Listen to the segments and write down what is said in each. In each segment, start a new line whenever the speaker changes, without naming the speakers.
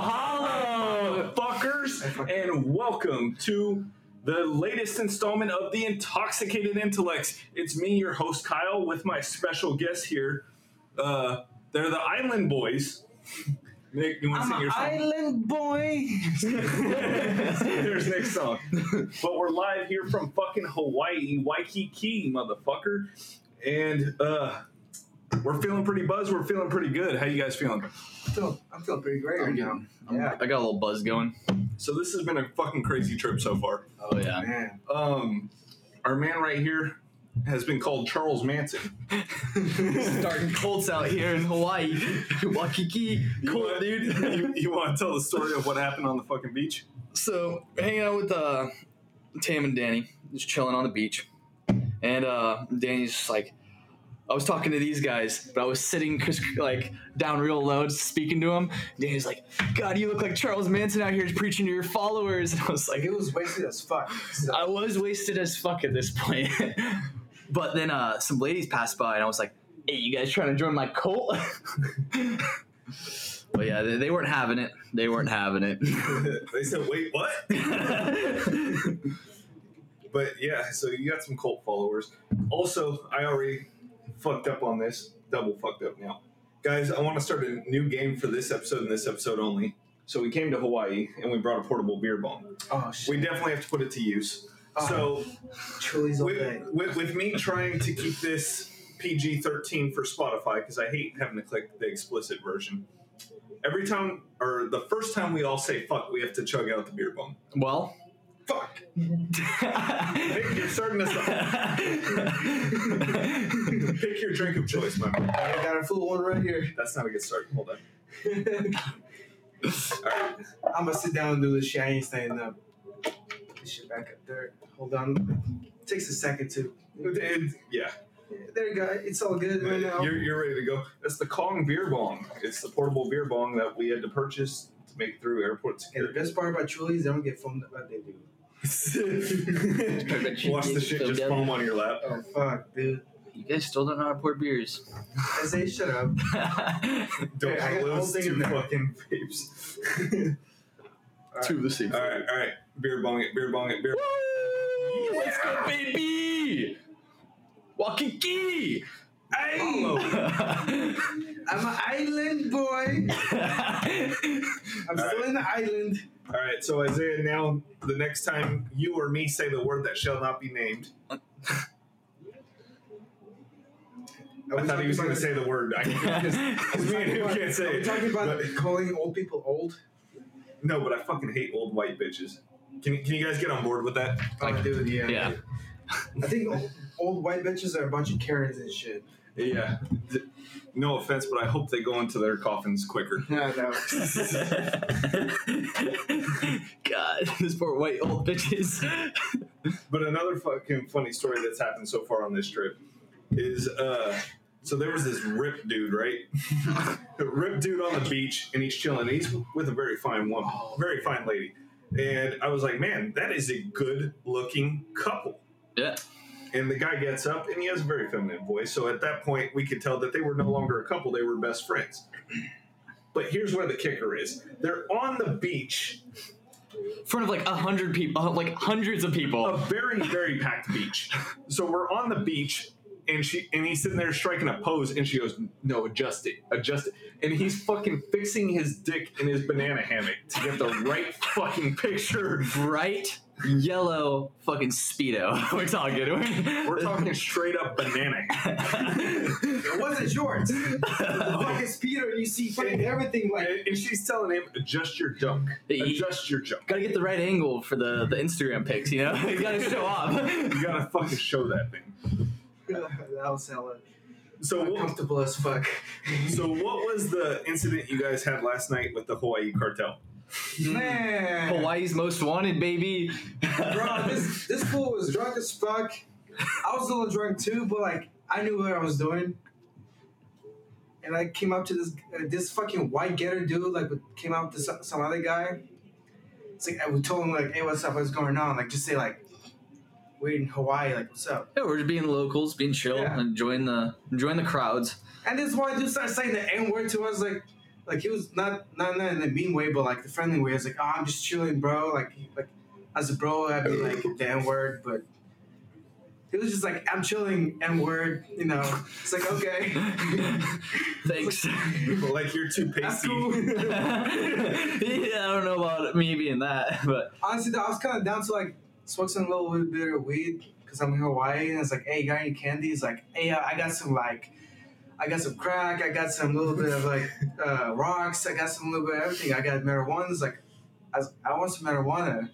Mahalo, fuckers, and welcome to the latest installment of the Intoxicated Intellects. It's me, your host Kyle, with my special guest here. Uh, they're the Island Boys. Nick, you want to
I'm
sing
an
your song?
island boy.
There's next song. But we're live here from fucking Hawaii, Waikiki, motherfucker. And uh we're feeling pretty buzzed. We're feeling pretty good. How you guys feeling?
I'm feeling, I'm feeling pretty great right now.
I'm-
Yeah.
Um, I got a little buzz going.
So this has been a fucking crazy trip so far.
Oh yeah.
Man.
Um our man right here has been called Charles Manson.
Oh, Starting colds out here in Hawaii. Waikiki. Cool,
wanna-
dude.
you, you want to tell the story of what happened on the fucking beach?
so hanging out with uh, Tam and Danny, just chilling on the beach, and uh, Danny's just like, I was talking to these guys, but I was sitting cus- like down real low, just speaking to them. Danny's like, God, you look like Charles Manson out here preaching to your followers, and I was like,
It was wasted as fuck. So,
I was wasted as fuck at this point. but then uh, some ladies passed by, and I was like, "Hey, you guys trying to join my cult?" but yeah, they, they weren't having it. They weren't having it.
they said, wait, what? But yeah, so you got some cult followers. Also, I already fucked up on this, double fucked up now. Guys, I want to start a new game for this episode and this episode only. So we came to Hawaii and we brought a portable beer bong.
oh shit.
We definitely have to put it to use. So
Chili's all day.
with, with, with me trying to keep this PG 13 for Spotify, because I hate having to click the explicit version, every time, or the first time we all say fuck, we have to chug out the beer bong.
well,
Fuck! Nick, you're starting us off. Pick your drink of choice, my man.
I got a full one right here.
That's not a good start. Hold on.
I'm gonna sit down and do this shit. I ain't standing up. This shit back up there. Hold on. Takes a second to.
It- it- yeah, Uh,
There you go. It's all good right now.
you're, you're ready to go. That's the Kong beer bong. It's the portable beer bong that we had to purchase to make through airport
and the
security.
best part about Chili's, they don't get foamed up like they do.
Watch the shit just foam on your lap.
Oh fuck, dude.
you guys still don't know how to pour beers.
I say shut up.
Don't
Hey, I got the whole
lose
thing
two
in there.
fucking vapes.
Two of the same.
all right, all right. Beer bong it, beer bong it, beer.
Woo! Let's go, baby! Waikiki!
Hey, I'm an island boy. I'm
All
still
right.
in the island.
All right, so Isaiah, now the next time you or me say the word that shall not be named, I thought he was going to say the word. I me and him can't say
Are we
it.
talking about
But-
calling old people old?
No, but I fucking hate old white bitches. Can, can you guys get on board with that?
Like, dude, yeah.
yeah.
I think old, old white bitches are a bunch of Karens and shit.
Yeah. Th- No offense, but I hope they go into their coffins quicker.
Yeah, no.
God, this poor white old bitches.
But another fucking funny story that's happened so far on this trip is uh so there was this rip dude, right? rip dude on the beach and he's chilling. He's with a very fine woman, very fine lady. And I was like, man, that is a good looking couple.
yeah.
And the guy gets up and he has a very feminine voice. So at that point, we could tell that they were no longer a couple, they were best friends. But here's where the kicker is they're on the beach,
In front of like a hundred people, uh, like hundreds of
a
people.
very, very packed beach. So we're on the beach. And she and he's sitting there striking a pose, and she goes, "No, adjust it, adjust it." And he's fucking fixing his dick in his banana hammock to get the right fucking picture.
Bright yellow fucking Speedo. We're talking. We're,
We're talking straight up banana.
It wasn't shorts. Fucking Peter, you see fucking everything like.
And and she's telling him, "Adjust your junk, adjust your junk."
Gotta get the right angle for the, the Instagram pics, you know? You gotta show off.
You gotta fucking show that thing.
That'll sell it.
So what,
Comfortable as fuck.
so what was the incident you guys had last night with the Hawaii cartel?
Man.
Hawaii's most wanted, baby.
Bro, this, this fool was drunk as fuck. I was a little drunk too, but like I knew what I was doing. And I came up to this uh, this fucking white getter dude, like came up to some, some other guy. It's like I would told him like, hey, what's up? What's going on? Like just say like, we're in Hawaii. Like what's up?
Yeah, we're just being locals, being chill,
Yeah.
enjoying the enjoying the crowds.
And this white dude started saying the N word to us. Like like he was not not not in a mean way, but like the friendly way. I was like, oh, I'm just chilling, bro. Like he- like as a bro, I'd be like the N word, but he was just like, I'm chilling, N word. You know, it's like okay,
Thanks.
like you're too
that's
pasty.
cool.
yeah, I don't know about me being that, but
honestly, though, I was kind of down to like smoke some little bit of weed because I'm in Hawaii, and it's like, hey, you got any candy? He's like, hey, uh, I got some like, I got some crack, I got some little bit of like uh, rocks, I got some little bit of everything, I got marijuana. It's like, I, was- I want some marijuana.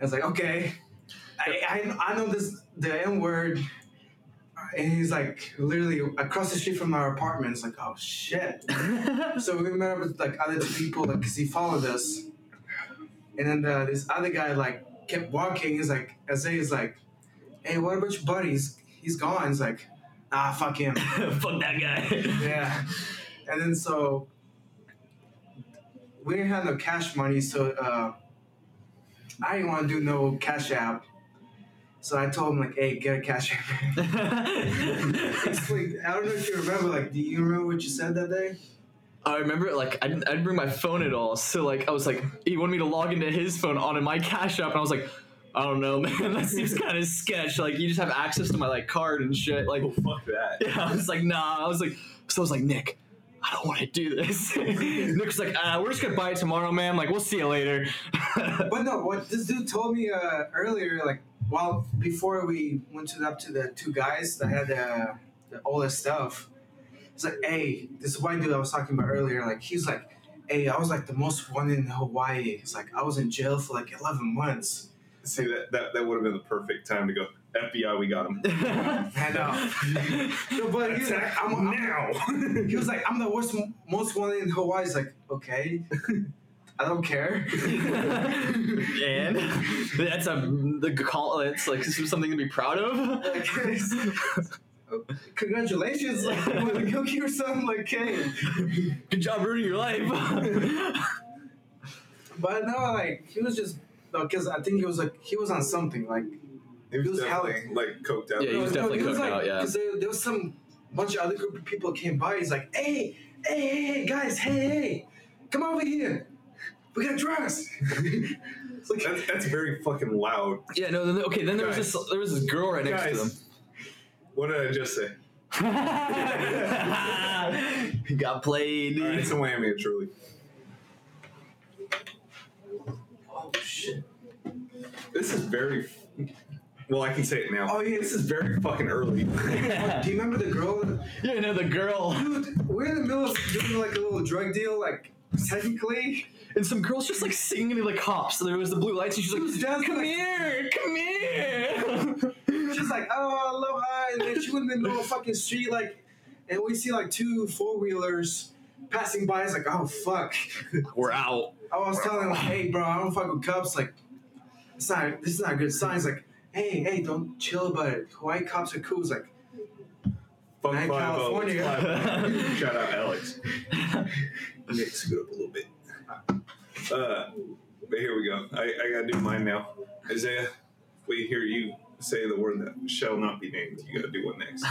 I was like, okay, I, I, I know this the N word. And he's like literally across the street from our apartment. It's like, oh shit. So we met up with like other two people, like, cause he followed us. And then uh, this other guy like kept walking. He's like, Isaiah's like, hey, what about your buddy? He's, he's gone. He's like, ah, fuck him.
fuck that guy.
yeah. And then so we didn't have no cash money, so uh, I didn't want to do no cash app. So I told him like, hey, get a cash app. it's like I don't know if you remember. Like, do you remember what you said that day?
I remember it like I didn't, I didn't bring my phone at all, so like I was like he wanted me to log into his phone on my Cash App, and I was like, I don't know, man, that seems kind of sketch. Like you just have access to my like card and shit. Like
Oh, fuck that.
yeah, I was like nah. I was like so I was like Nick. I don't want to do this. Nick's like, uh, we're just gonna buy it tomorrow, man. Like, we'll see you later.
But no, what this dude told me uh, earlier, like while before we went to up to the two guys that had uh, the, all this stuff, it's like, hey, this white dude I was talking about earlier, like he's like, hey, I was like the most wanted in Hawaii. It's like I was in jail for like eleven months.
See that that, that would have been the perfect time to go. FBI, we got him.
I know. No, but he's like, I'm, I'm now. he was like, I'm the worst, most wanted in Hawaii. It's like, okay, I don't care.
and that's a the call. That's like this is something to be proud of.
Congratulations, like you want to go kill something like hey.
Good job ruining your life.
But no, like he was just because I think he was like he was on something like
He was,
He was
definitely
hella-
like coked out.
Yeah, he was
No,
definitely
he
coked
like,
out, yeah.
Because there, there was some bunch of other group of people came by. He's like, hey, hey, hey, hey, guys, hey, hey, come over here. We got drugs. it's like,
that's, that's very fucking loud.
yeah, no. Then, okay, then there was
Guys.
this there was this girl right next to them.
Guys, what did I just say?
he got played.
All right, it's a whammy, truly.
oh shit.
This is very. Well, I can say it now.
Oh, yeah.
This is very fucking early.
yeah,
Do you remember the girl? that-
no, the girl
Dude, we're in the middle of doing like a little drug deal, like technically.
and some girls just like singing and like hops. So there was the blue lights, and she's
She was
like,
dancing,
"Come
like-
here, come here."
She's like, oh, I love high. And then she went in the middle of the fucking street, like, and we see like two four wheelers passing by. It's like, oh, fuck.
We're out.
I was telling him, like, hey, bro, I don't fuck with cops. Like, it's not, this is not a good sign. It's like, hey, hey, don't chill about it. Hawaii cops are cool. It's like,
Fuck
Man,
5
California.
Shout out, Alex. Yeah, scoot up a little bit. Uh, but here we go. I, I gotta do mine now. Isaiah, we hear you say the word that shall not be named. You gotta do one next.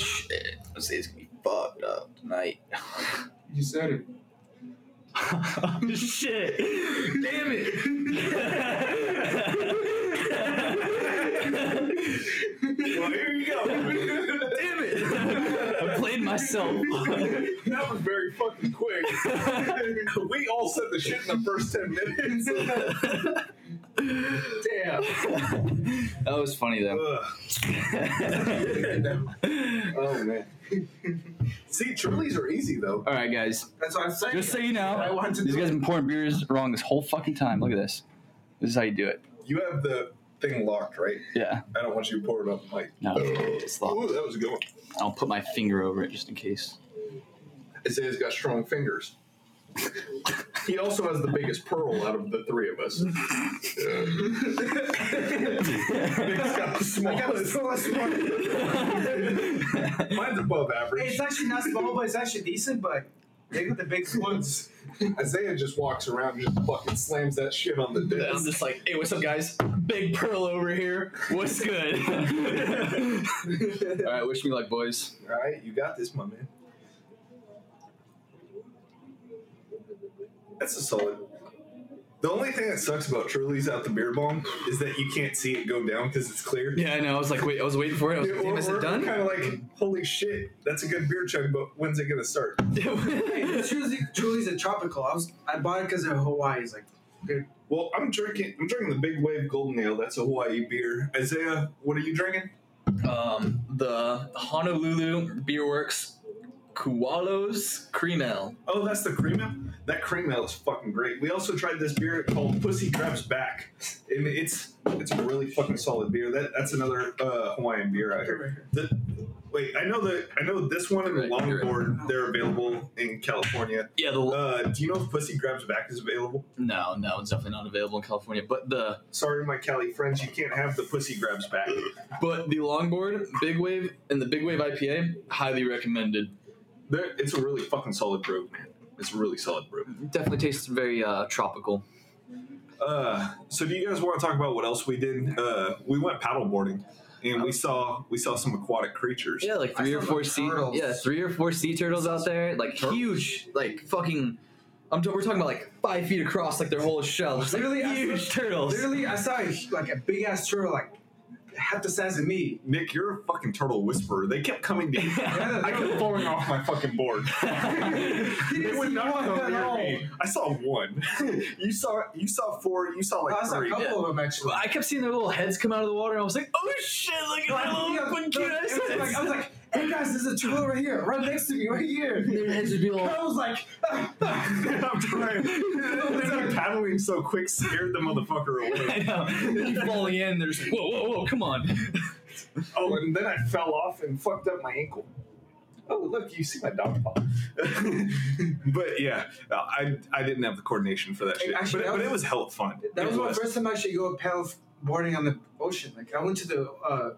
Shit, this is gonna be fucked up tonight.
you said it.
Shit. Damn it.
well, here you go.
Damn it. I played myself.
that was very fucking quick. we all said the shit in the first 10 minutes.
Damn.
that was funny though.
Ugh.
Oh, man.
See, Charlie's are easy though.
All right, guys.
That's what I'm saying.
Just so you
I
know,
wanted to
these
do
guys
it.
been pouring beers wrong this whole fucking time. Look at this. This is how you do it.
You have the thing locked, right?
Yeah.
I don't want you to pour it up, Mike.
No, it's locked.
Ooh, that was a good one.
I'll put my finger over it just in case.
Isaiah's got strong fingers. he also has the biggest pearl out of the three of us. Nick's got the
I got the
smallest.
smallest one.
Mine's above
Hey, it's
average.
actually not small, but it's actually decent, but they got the biggest ones.
Isaiah just walks around and just fucking slams that shit on the
I'm
desk.
just like, hey, what's up, guys? Big Pearl over here. What's good? All right, wish me luck, boys.
All right, you got this, my man. That's a solid. The only thing that sucks about Truly's out the beer bomb is that you can't see it go down because it's clear.
Yeah, I know. I was like, wait, I was waiting for it. I was like, damn, is it done?
Kind of like, holy shit, that's a good beer chug, but when's it gonna start?
Truly, Truly's a tropical. I was I bought it because of Hawaii. It's like
Well, I'm drinking. I'm drinking the Big Wave Golden Ale. That's a Hawaii beer. Isaiah, what are you drinking?
um, the Honolulu Beer Works Kualos Cream Ale.
Oh, that's the cream ale. That cream ale is fucking great. We also tried this beer called Pussy Crab's Back, and it's it's a really fucking solid beer. That that's another uh, Hawaiian beer out here. The, wait, I know the I know this one and
Right, you're right.
Longboard. They're available in California.
Yeah, the
Uh, do you know if Pussy Grabs Back is available?
no, no, it's definitely not available in California. But the
Sorry, my Cali friends, you can't have the Pussy Grabs Back.
but the longboard, big wave, and the big wave IPA, highly recommended.
They're, it's a really fucking solid brew, man. It's a really solid brew.
Definitely tastes very uh, tropical.
Uh, so do you guys want to talk about what else we did? Uh, we went paddleboarding, and we saw we saw some aquatic creatures.
Yeah, like
I
three or
saw
four
the
sea.
turtles.
Yeah, three or four sea turtles out there, like
Turtles?
huge, like fucking. I'm t- we're talking about like five feet across, like their whole shell. Just, like,
Literally, I
huge turtles.
literally, I saw a, like a big ass turtle, like half the size of me.
Nick, you're a fucking turtle whisperer. They kept coming to me.
Yeah,
I kept falling off my fucking board.
He
They
didn't
would
see
not
one
come
at
near
all.
me. I saw one. you saw you saw four. You saw like
I saw a
three.
couple of them actually.
I kept seeing their little heads come out of the water, and I was like, "Oh shit! Look at
I
that
was-
little fucking cute
I
ass
was like, I was like, hey guys, there's a turtle right here, right next to me, right here.
Their heads would be
And
like,
I was like, ah, ah.
I'm trying. They're paddling so quick, scared the motherfucker
I
away.
know. You falling in, there's whoa, whoa, whoa! Come on.
Oh, and then I fell off and fucked up my ankle. Oh, look, you see my dog paw. but yeah, I I didn't have the coordination for that shit. but,
Actually, that
but
was-
it was hell fun.
that
It
was my first time I actually go paddle boarding on the ocean. Like I went to the uh,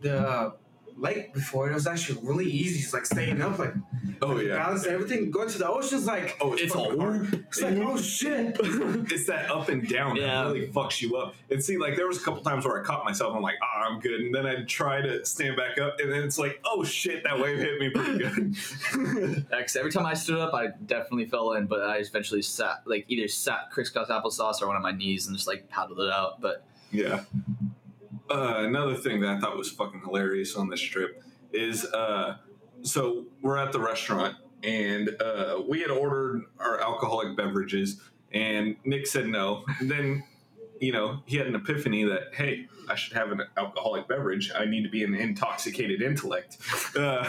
the uh, lake before. and It was actually really easy. It's like staying up, like
Oh yeah.
balance and everything. Going to the ocean's like
Oh, it's,
It's
fucking
all-
hard.
it's like oh shit.
it's that up and down
Yeah.
that really fucks you up. And see, like there was a couple times where I caught myself. I'm like, ah, I'm good. And then I'd try to stand back up, and then it's like, oh shit, that wave hit me pretty good.
Because every time I stood up, I definitely fell in, but I eventually sat, like either sat crisscross applesauce or one of my knees and just like paddled it out. But
yeah. Uh, another thing that I thought was fucking hilarious on this trip is, uh, so we're at the restaurant, and uh, we had ordered our alcoholic beverages, and Nick said no. And then you know, he had an epiphany that, hey, I should have an alcoholic beverage. I need to be an intoxicated intellect. Uh,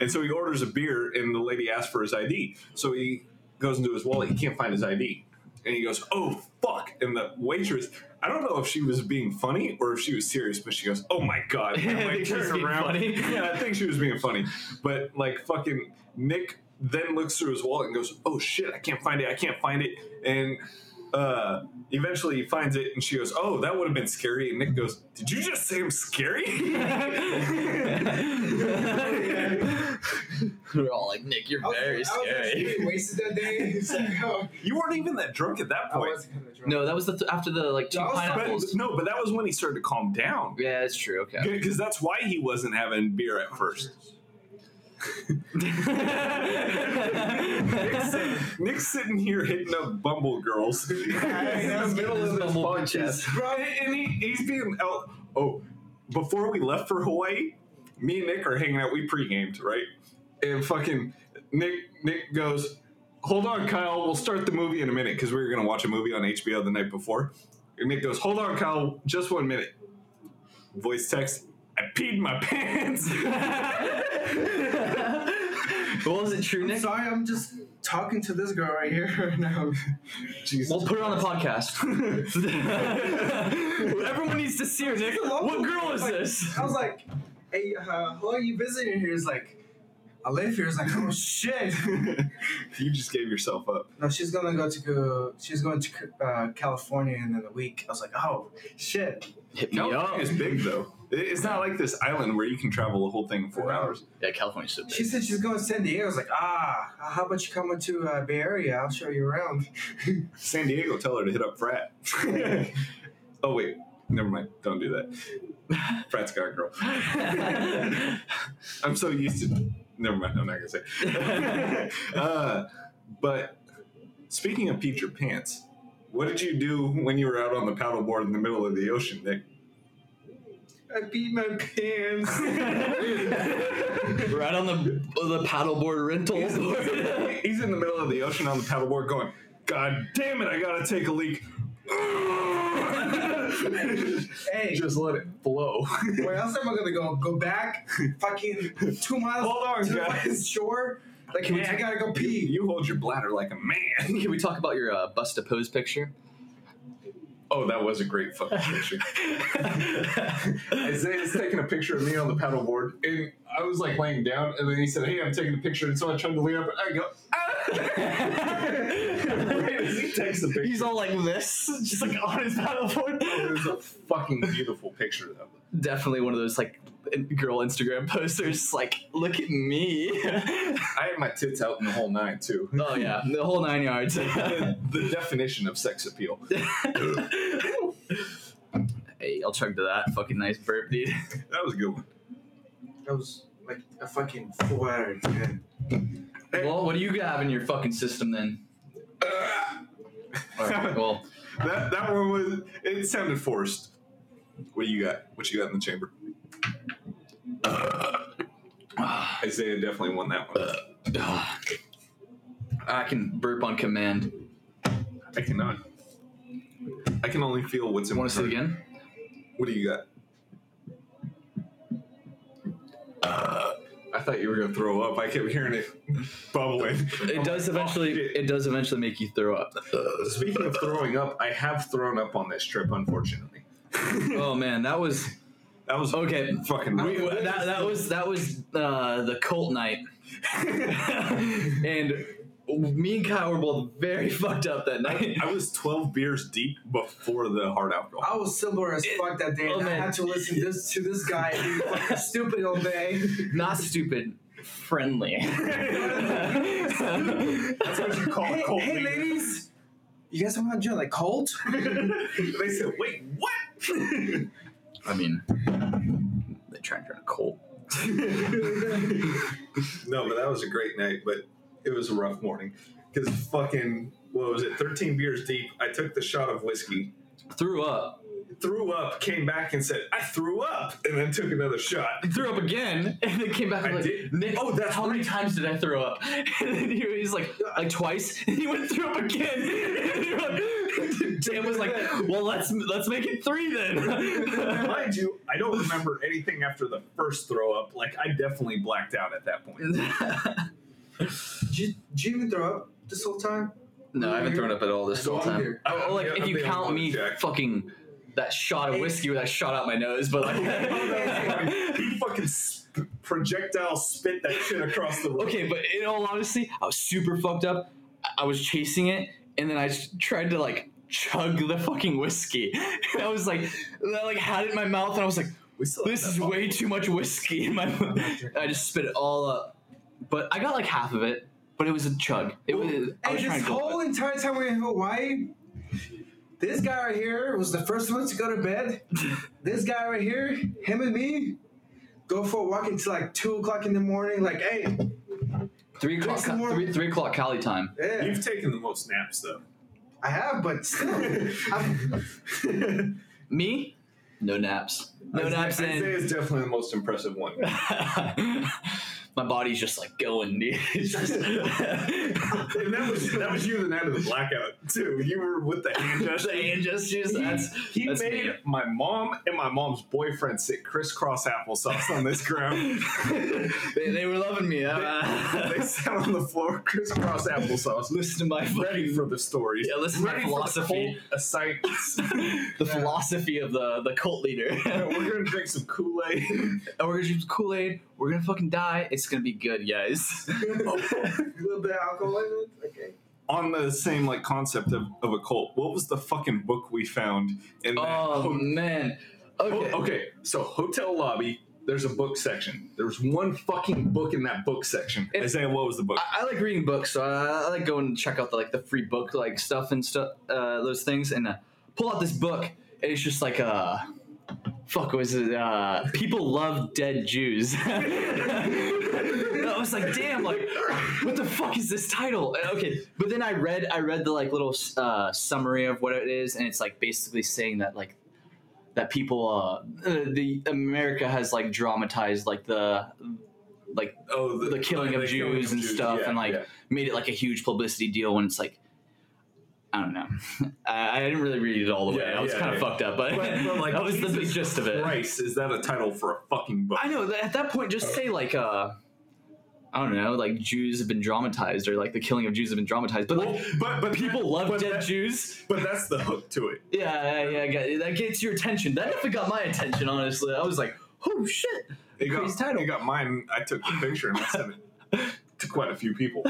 and so he orders a beer, and the lady asks for his ID. So he goes into his wallet. He can't find his ID. And he goes, oh, fuck. And the waitress, I don't know if she was being funny or if she was serious, but she goes, oh my God. And I'm
I
like,
think she was
turn
being
around.
funny.
Yeah, I think she was being funny. But like, fucking Nick then looks through his wallet and goes, oh shit, I can't find it. I can't find it. And, uh, eventually he finds it and she goes, Oh, that would have been scary. And Nick goes, Did you just say I'm scary?
we're all like, Nick, you're
I was-
very
I was
scary.
actually wasted that day. It's like, oh,
you weren't even that drunk at that
I
point.
wasn't kinda drunk.
No, that was the th- after the like two
That was-
But,
pineapples.
no, but that was when he started to calm down.
Yeah, it's true. Okay.
Because that's why he wasn't having beer at first. Nick's, sitting- Nick's sitting here hitting up Bumble girls in the middle of this
Bumble
podcast.
bitches.
Bro, and he, he's being out. Oh, before we left for Hawaii, me and Nick are hanging out. We pre-gamed, right? And fucking Nick, Nick goes, "Hold on, Kyle. We'll start the movie in a minute because we were gonna watch a movie on HBO the night before." And Nick goes, "Hold on, Kyle. Just one minute." Voice text. I peed my pants.
well, is it true,
I'm
Nick?
sorry, I'm just talking to this girl right here right now.
Jesus.
We'll put it on the podcast. Everyone needs to see her, Nick. What girl is this?
I was like, hey, uh, who are you visiting here? It's like, I live here. It's like, oh shit.
you just gave yourself up.
No, she's gonna go to go. She's going to uh, California in a week. I was like, oh shit.
Hit
California is big though. It- It's not like this island where you can travel the whole thing in four hours.
Yeah, California's so big.
She said she's going to San Diego. I was like, ah, how about you come up to uh, Bay Area? I'll show you around.
San Diego, tell her to hit up Frat. oh wait, never mind. Don't do that. Frat's got a girl. I'm so used to. Never mind. I'm not gonna say. uh, but Speaking of peed your pants, what did you do when you were out on the paddleboard in the middle of the ocean, Nick?
I beat my pants.
right on the the paddleboard rental board.
He's in the middle of the ocean on the paddleboard going, God damn it, I gotta take a leak.
hey,
Just let it blow.
where else am I gonna go? Go back, fucking two miles
Hold on,
to the
guys.
fucking shore. Like,
Can we
hey, I
take-
gotta go pee.
you hold your bladder like a man.
Can we talk about your uh, bust a pose picture?
Oh, that was a great fucking picture. Isaiah's taking a picture of me on the paddleboard, and I was like laying down, and then he said, "Hey, I'm taking a picture," and so I tried to lean up, and I go, ah! right as he takes the picture.
He's all like this, just like on his paddleboard.
It was a fucking beautiful picture, though.
Definitely one of those like girl Instagram posters. Like, look at me.
I had my tits out in the whole nine too.
oh yeah, the whole nine yards.
the, the definition of sex appeal.
hey, I'll chug to that. Fucking nice burp, dude.
That was a good one.
That was like a fucking four out of ten.
Hey.
Well, what do you have in your fucking system then?
Ah!
All right, well,
That that one was. It sounded forced. What do you got? What you got in the chamber? Isaiah definitely won that one.
I can burp on command.
I cannot. I can only feel what's in
Want
my
to see it
throat.
again?
What do you got? Uh, I thought you were gonna throw up. I kept hearing it bubbling.
It does eventually.
shit.
it does eventually make you throw up.
Uh, Speaking of throwing up, I have thrown up on this trip, unfortunately.
oh man, that was
That was
Okay.
Fucking
we, that, that was that was uh, the cult night, and me and Kyle were both very fucked up that night.
I was 12 beers deep before the hard alcohol.
I was sober as fuck that day,
Oh,
and I
man.
had to listen this to this guy be fucking stupid all day.
Not stupid, friendly.
That's what you call
Hey,
a cold
hey,
leader.
ladies, you guys want to join like cult?
they said, wait, what?
I mean, they try and turn a cult.
no, but that was a great night, but it was a rough morning. Because fucking, what was it, 13 beers deep, I took the shot of whiskey,
Threw up.
threw up, came back and said, I threw up, and then took another shot.
Threw up again, and then came back and
I
like,
did-
Nick,
Oh, that's
how many times did I throw up? And then he was like, like twice. And he went and threw up again. And he was like- Dan was like, well, let's let's make it three then.
Mind you, I don't remember anything after the first throw up. Like, I definitely blacked out at that point.
Did you, did you even throw up this whole time?
no, I haven't thrown up at all this
So
whole
I'm
time.
here.
Oh, oh, like
I'm
if you
being
count me,
Jack.
fucking that shot of whiskey that shot out my nose, but
Oh,
like.
he fucking sp- projectile spit that shit across the room.
okay, but in all honesty, I was super fucked up. I- I was chasing it, and then I s- tried to like chug the fucking whiskey. And I was like, and I like had it in my mouth, and I was like,
We still have
this
that
is
bottle.
way too much whiskey in my. mouth. I just spit it all up, but I got like half of it. But it was a chug. It was. I
Hey,
was trying
this
to. go
whole
for it.
entire time we were in Hawaii, this guy right here was the first one to go to bed. this guy right here, him and me, go for a walk until like two o'clock in the morning. Like, hey,
Three o'clock.
some more-
Three, three o'clock Cali time.
yeah,
You've taken the most naps though.
I have, but still, I'm,
Me, no naps. No naps in.
Isaiah's definitely the most impressive one.
my body's just like going, dude. It's just-
And that was that was you the night of the blackout too. You were with the hand
the
gesture.
hand gestures. That's
He
that's
made
me.
my mom and my mom's boyfriend sit crisscross applesauce on this ground.
They, they were loving me. Uh,
they sat on the floor crisscross applesauce,
listen to my
ready
fucking
for the stories.
Yeah, listen to my
ready for the
philosophy.
cult ascites.
the philosophy of the the cult leader.
We're gonna drink some Kool Aid.
and we're gonna use Kool Aid. We're gonna fucking die. It's gonna be good, guys.
a little bit of alcohol in it. Okay.
on the same like concept of, of a cult, what was the fucking book we found in that?
oh
ho-
man.
ho-
Okay.
okay, so hotel lobby, there's a book section. There was one fucking book in that book section.
It-
Isaiah, what was the book?
I, I like reading books, so I, I like going and check out the like the free book like stuff and stuff uh, those things and uh, pull out this book and it's just like uh fuck was it uh people love dead jews i was like damn like what the fuck is this title And, okay but then i read i read the like little uh summary of what it is and it's like basically saying that like that people uh uh, the america has like dramatized like the like
Oh,
the killing of
the
jews and stuff
yeah,
and like
yeah.
made it like a huge publicity deal when it's like I don't know. I, I didn't really read it all the way.
Yeah,
I was
yeah,
kind of
yeah.
fucked up, but,
But- but, like,
that was the
Jesus
gist of it.
Christ, is that a title for a fucking book?
I know. that- At that point, just say like, uh, I don't know, like Jews have been dramatized, or like the killing of Jews have been dramatized. But like,
Well, but but
people love
but
dead
that-
Jews.
But that's the hook to it.
Yeah, yeah, yeah, I got- that gets your attention. That definitely got my attention. Honestly, I was like, oh shit.
It got,
Crazy title.
it got mine. I took the picture and I sent it to quite a few people.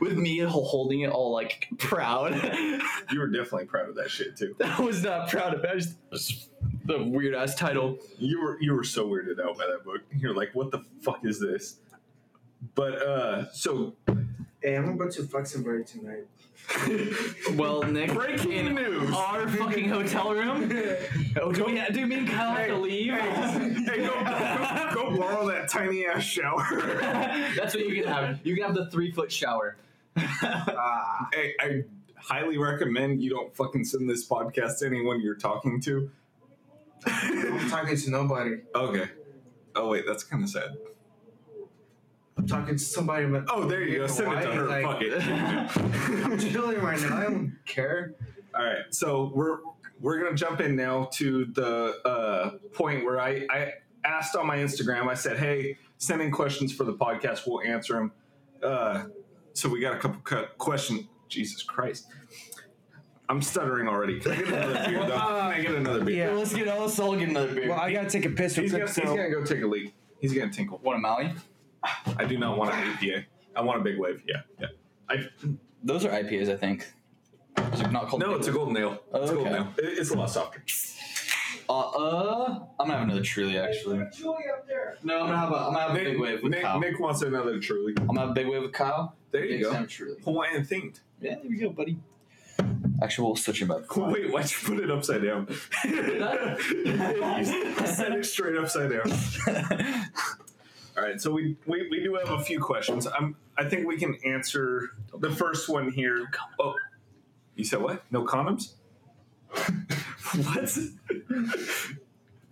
With me holding it all like proud.
You were definitely proud of that shit too.
I was not proud of it. I just, just the weird ass title.
You were you were so weirded out by that book. You're like, what the fuck is this? But uh, so
Hey, I'm about to Luxembourg tonight.
Well, Nick,
Breaking
in
news.
Our fucking hotel room. Oh, do, we, do you mean Kyle have to leave?
hey, go, go, go borrow that tiny ass shower.
That's what you can have. You can have the three foot shower.
Ah,
hey, I highly recommend you don't fucking send this podcast to anyone you're talking to.
I'm talking to nobody.
okay. Oh wait, that's kind of sad.
I'm talking to somebody. But
Oh, there you go.
Yeah,
Send it to
why?
her.
Like-
Fuck it.
I'm chilling right now. I don't care.
All right, so we're we're gonna jump in now to the uh, point where I I asked on my Instagram. I said, "Hey, send in questions for the podcast. We'll answer them." Uh, so we got a couple cu- question. Jesus Christ, I'm stuttering already. Can I get another beer? Though? Can I get another beer?
Yeah.
Let's get us all get another beer.
Well, I gotta take a piss real
He's gonna,
quick,
he's
so
gonna go take a leak. He's gonna tinkle.
One of Maui.
I do not want an APA. I want a big wave. Yeah, yeah. I,
Those are IPAs, I think. Is it not called?
no, it's a golden ale. It's a golden
Oh, Okay.
ale. It- it's a lot softer.
Uh, uh, I'm gonna have another truly actually.
up there.
No, I'm gonna have a. I'm gonna have a big wave with
Nick,
Kyle.
Nick wants another truly.
I'm gonna have a big wave with Kyle.
There you
Next
go.
time, truly.
Hawaiian themed.
Yeah, there we go, buddy. Actually, we'll switch him up.
Wait, why'd you put it upside down? you set it straight upside down. All right, so we, we we do have a few questions. I'm I think we can answer the first one here. Oh, you said what? No condoms? what?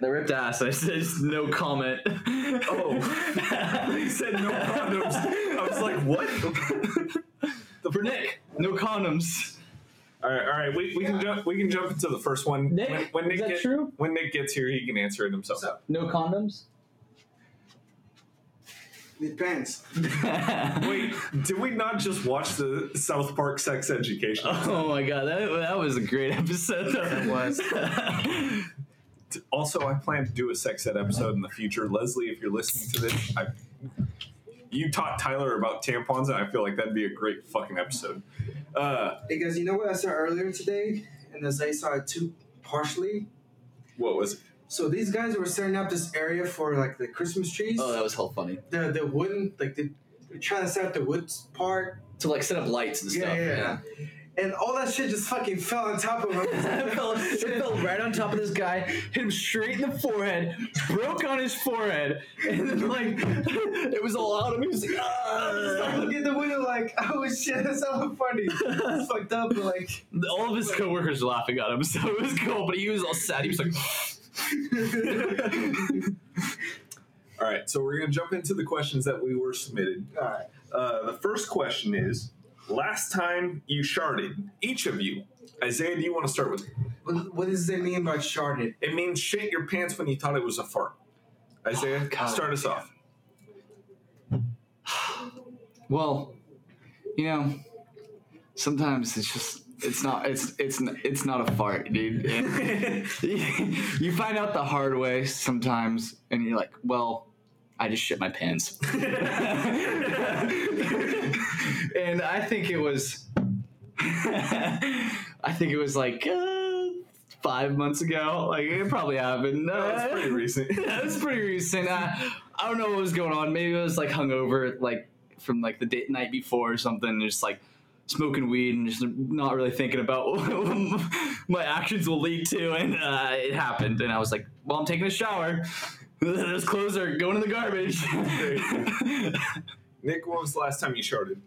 They ripped ass. I said just no comment.
Oh. you said no condoms. I was like, what? the fir-
Nick, no condoms.
All right, all right. We, we can jump. We can jump into the first one.
Nick,
when, when Nick
is that
get-
true?
When Nick gets here, he can answer it himself.
No condoms.
Depends.
Wait, did we not just watch the South Park sex education?
Oh my god, that, that was a great episode. Though.
That was.
Also, I plan to do a sex ed episode in the future. Leslie, if you're listening to this, I, you taught Tyler about tampons, and I feel like that'd be a great fucking episode. Uh,
Because you know what I saw earlier today, and as I saw it too partially.
what was it?
So these guys were setting up this area for like the Christmas trees.
oh, that was hell funny.
the the wooden like the, they're trying to set up the woods part.
To like set up lights and
Yeah,
stuff.
yeah, yeah. And all that shit just fucking fell on top of him.
it, fell, it fell right on top of this guy, hit him straight in the forehead, broke on his forehead, and then like it was all out of him. He was like,
Like,
"Ah."
look at the window, like, oh shit, that's so funny. It's fucked up, but like,
all of his coworkers were laughing at him, so it was cool. But he was all sad. He was like,
All right, so we're gonna jump into the questions that we were submitted.
alright.
Uh, the first question is: Last time you sharded, each of you. Isaiah, do you want to start with?
What, what does it mean by sharded?
It means shit your pants when you thought it was a fart. Isaiah,
God.
start us off.
Well, you know, sometimes it's just it's not it's it's n- it's not a fart, dude. And you find out the hard way sometimes, and you're like, well, I just shit my pants. and I think it was, I think it was like. Uh, Five months ago, like it probably happened.
That's
Uh,
pretty recent.
that was pretty recent. I, I don't know what was going on. Maybe I was like hungover, like from like the day, night before or something. Just like smoking weed and just not really thinking about what my actions will lead to. And uh, it happened. And I was like, well, I'm taking a shower. Those clothes are going in the garbage.
There you Nick, when was the last time you shorted?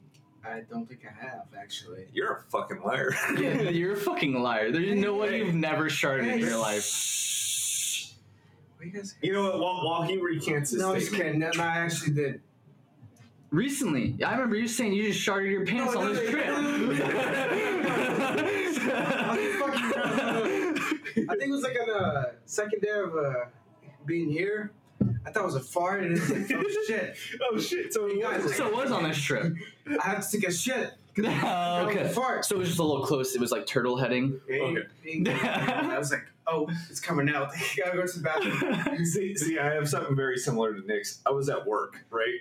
I don't think I have actually.
You're a fucking liar.
Yeah, you're a fucking liar. There's no way you've never sharded in your life.
What you guys?
you know what? While, while he recants his
No, I'm just
statement,
kidding. No, no, I actually did.
Recently, I remember you saying you just sharded your pants
No,
on
no,
this
no,
trip.
no, no, no, I think it was like on the second day of uh, being here. I thought it was a fart, and it's like, oh shit,
oh shit! So
You
it
guys-
was
So it was on this trip.
I have to take a shit.
Oh, okay.
Fart.
So it was just a little close. It was like turtle heading.
Okay.
And I was like, oh, it's coming out. gotta go to the bathroom.
See, see, I have something very similar to Nick's. I was at work, right?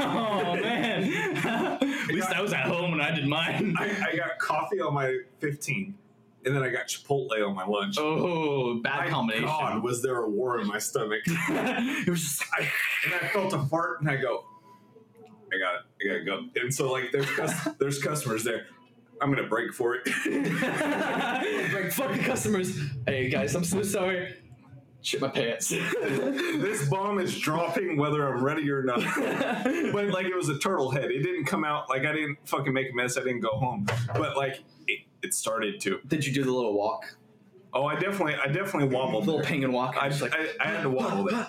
oh man! at least I was at home when I did mine.
I, I got coffee on my 15, and then I got Chipotle on my lunch.
Oh, bad
My
combination.
God, was there a war in my stomach?
it was just
I, and I felt a fart, and I go, I got, it, I gotta go. And so, like, there's cus- there's customers there. I'm gonna break for it.
like fuck the customers. Hey guys, I'm so sorry. Shit my pants.
this bomb is dropping whether I'm ready or not. but like it was a turtle head. It didn't come out. Like I didn't fucking make a mess. I didn't go home. But like it, it started to.
Did you do the little walk,
Oh, I definitely, I definitely wobbled.
little
there.
penguin walk? Oh,
I,
just like
I, I had to wobble there.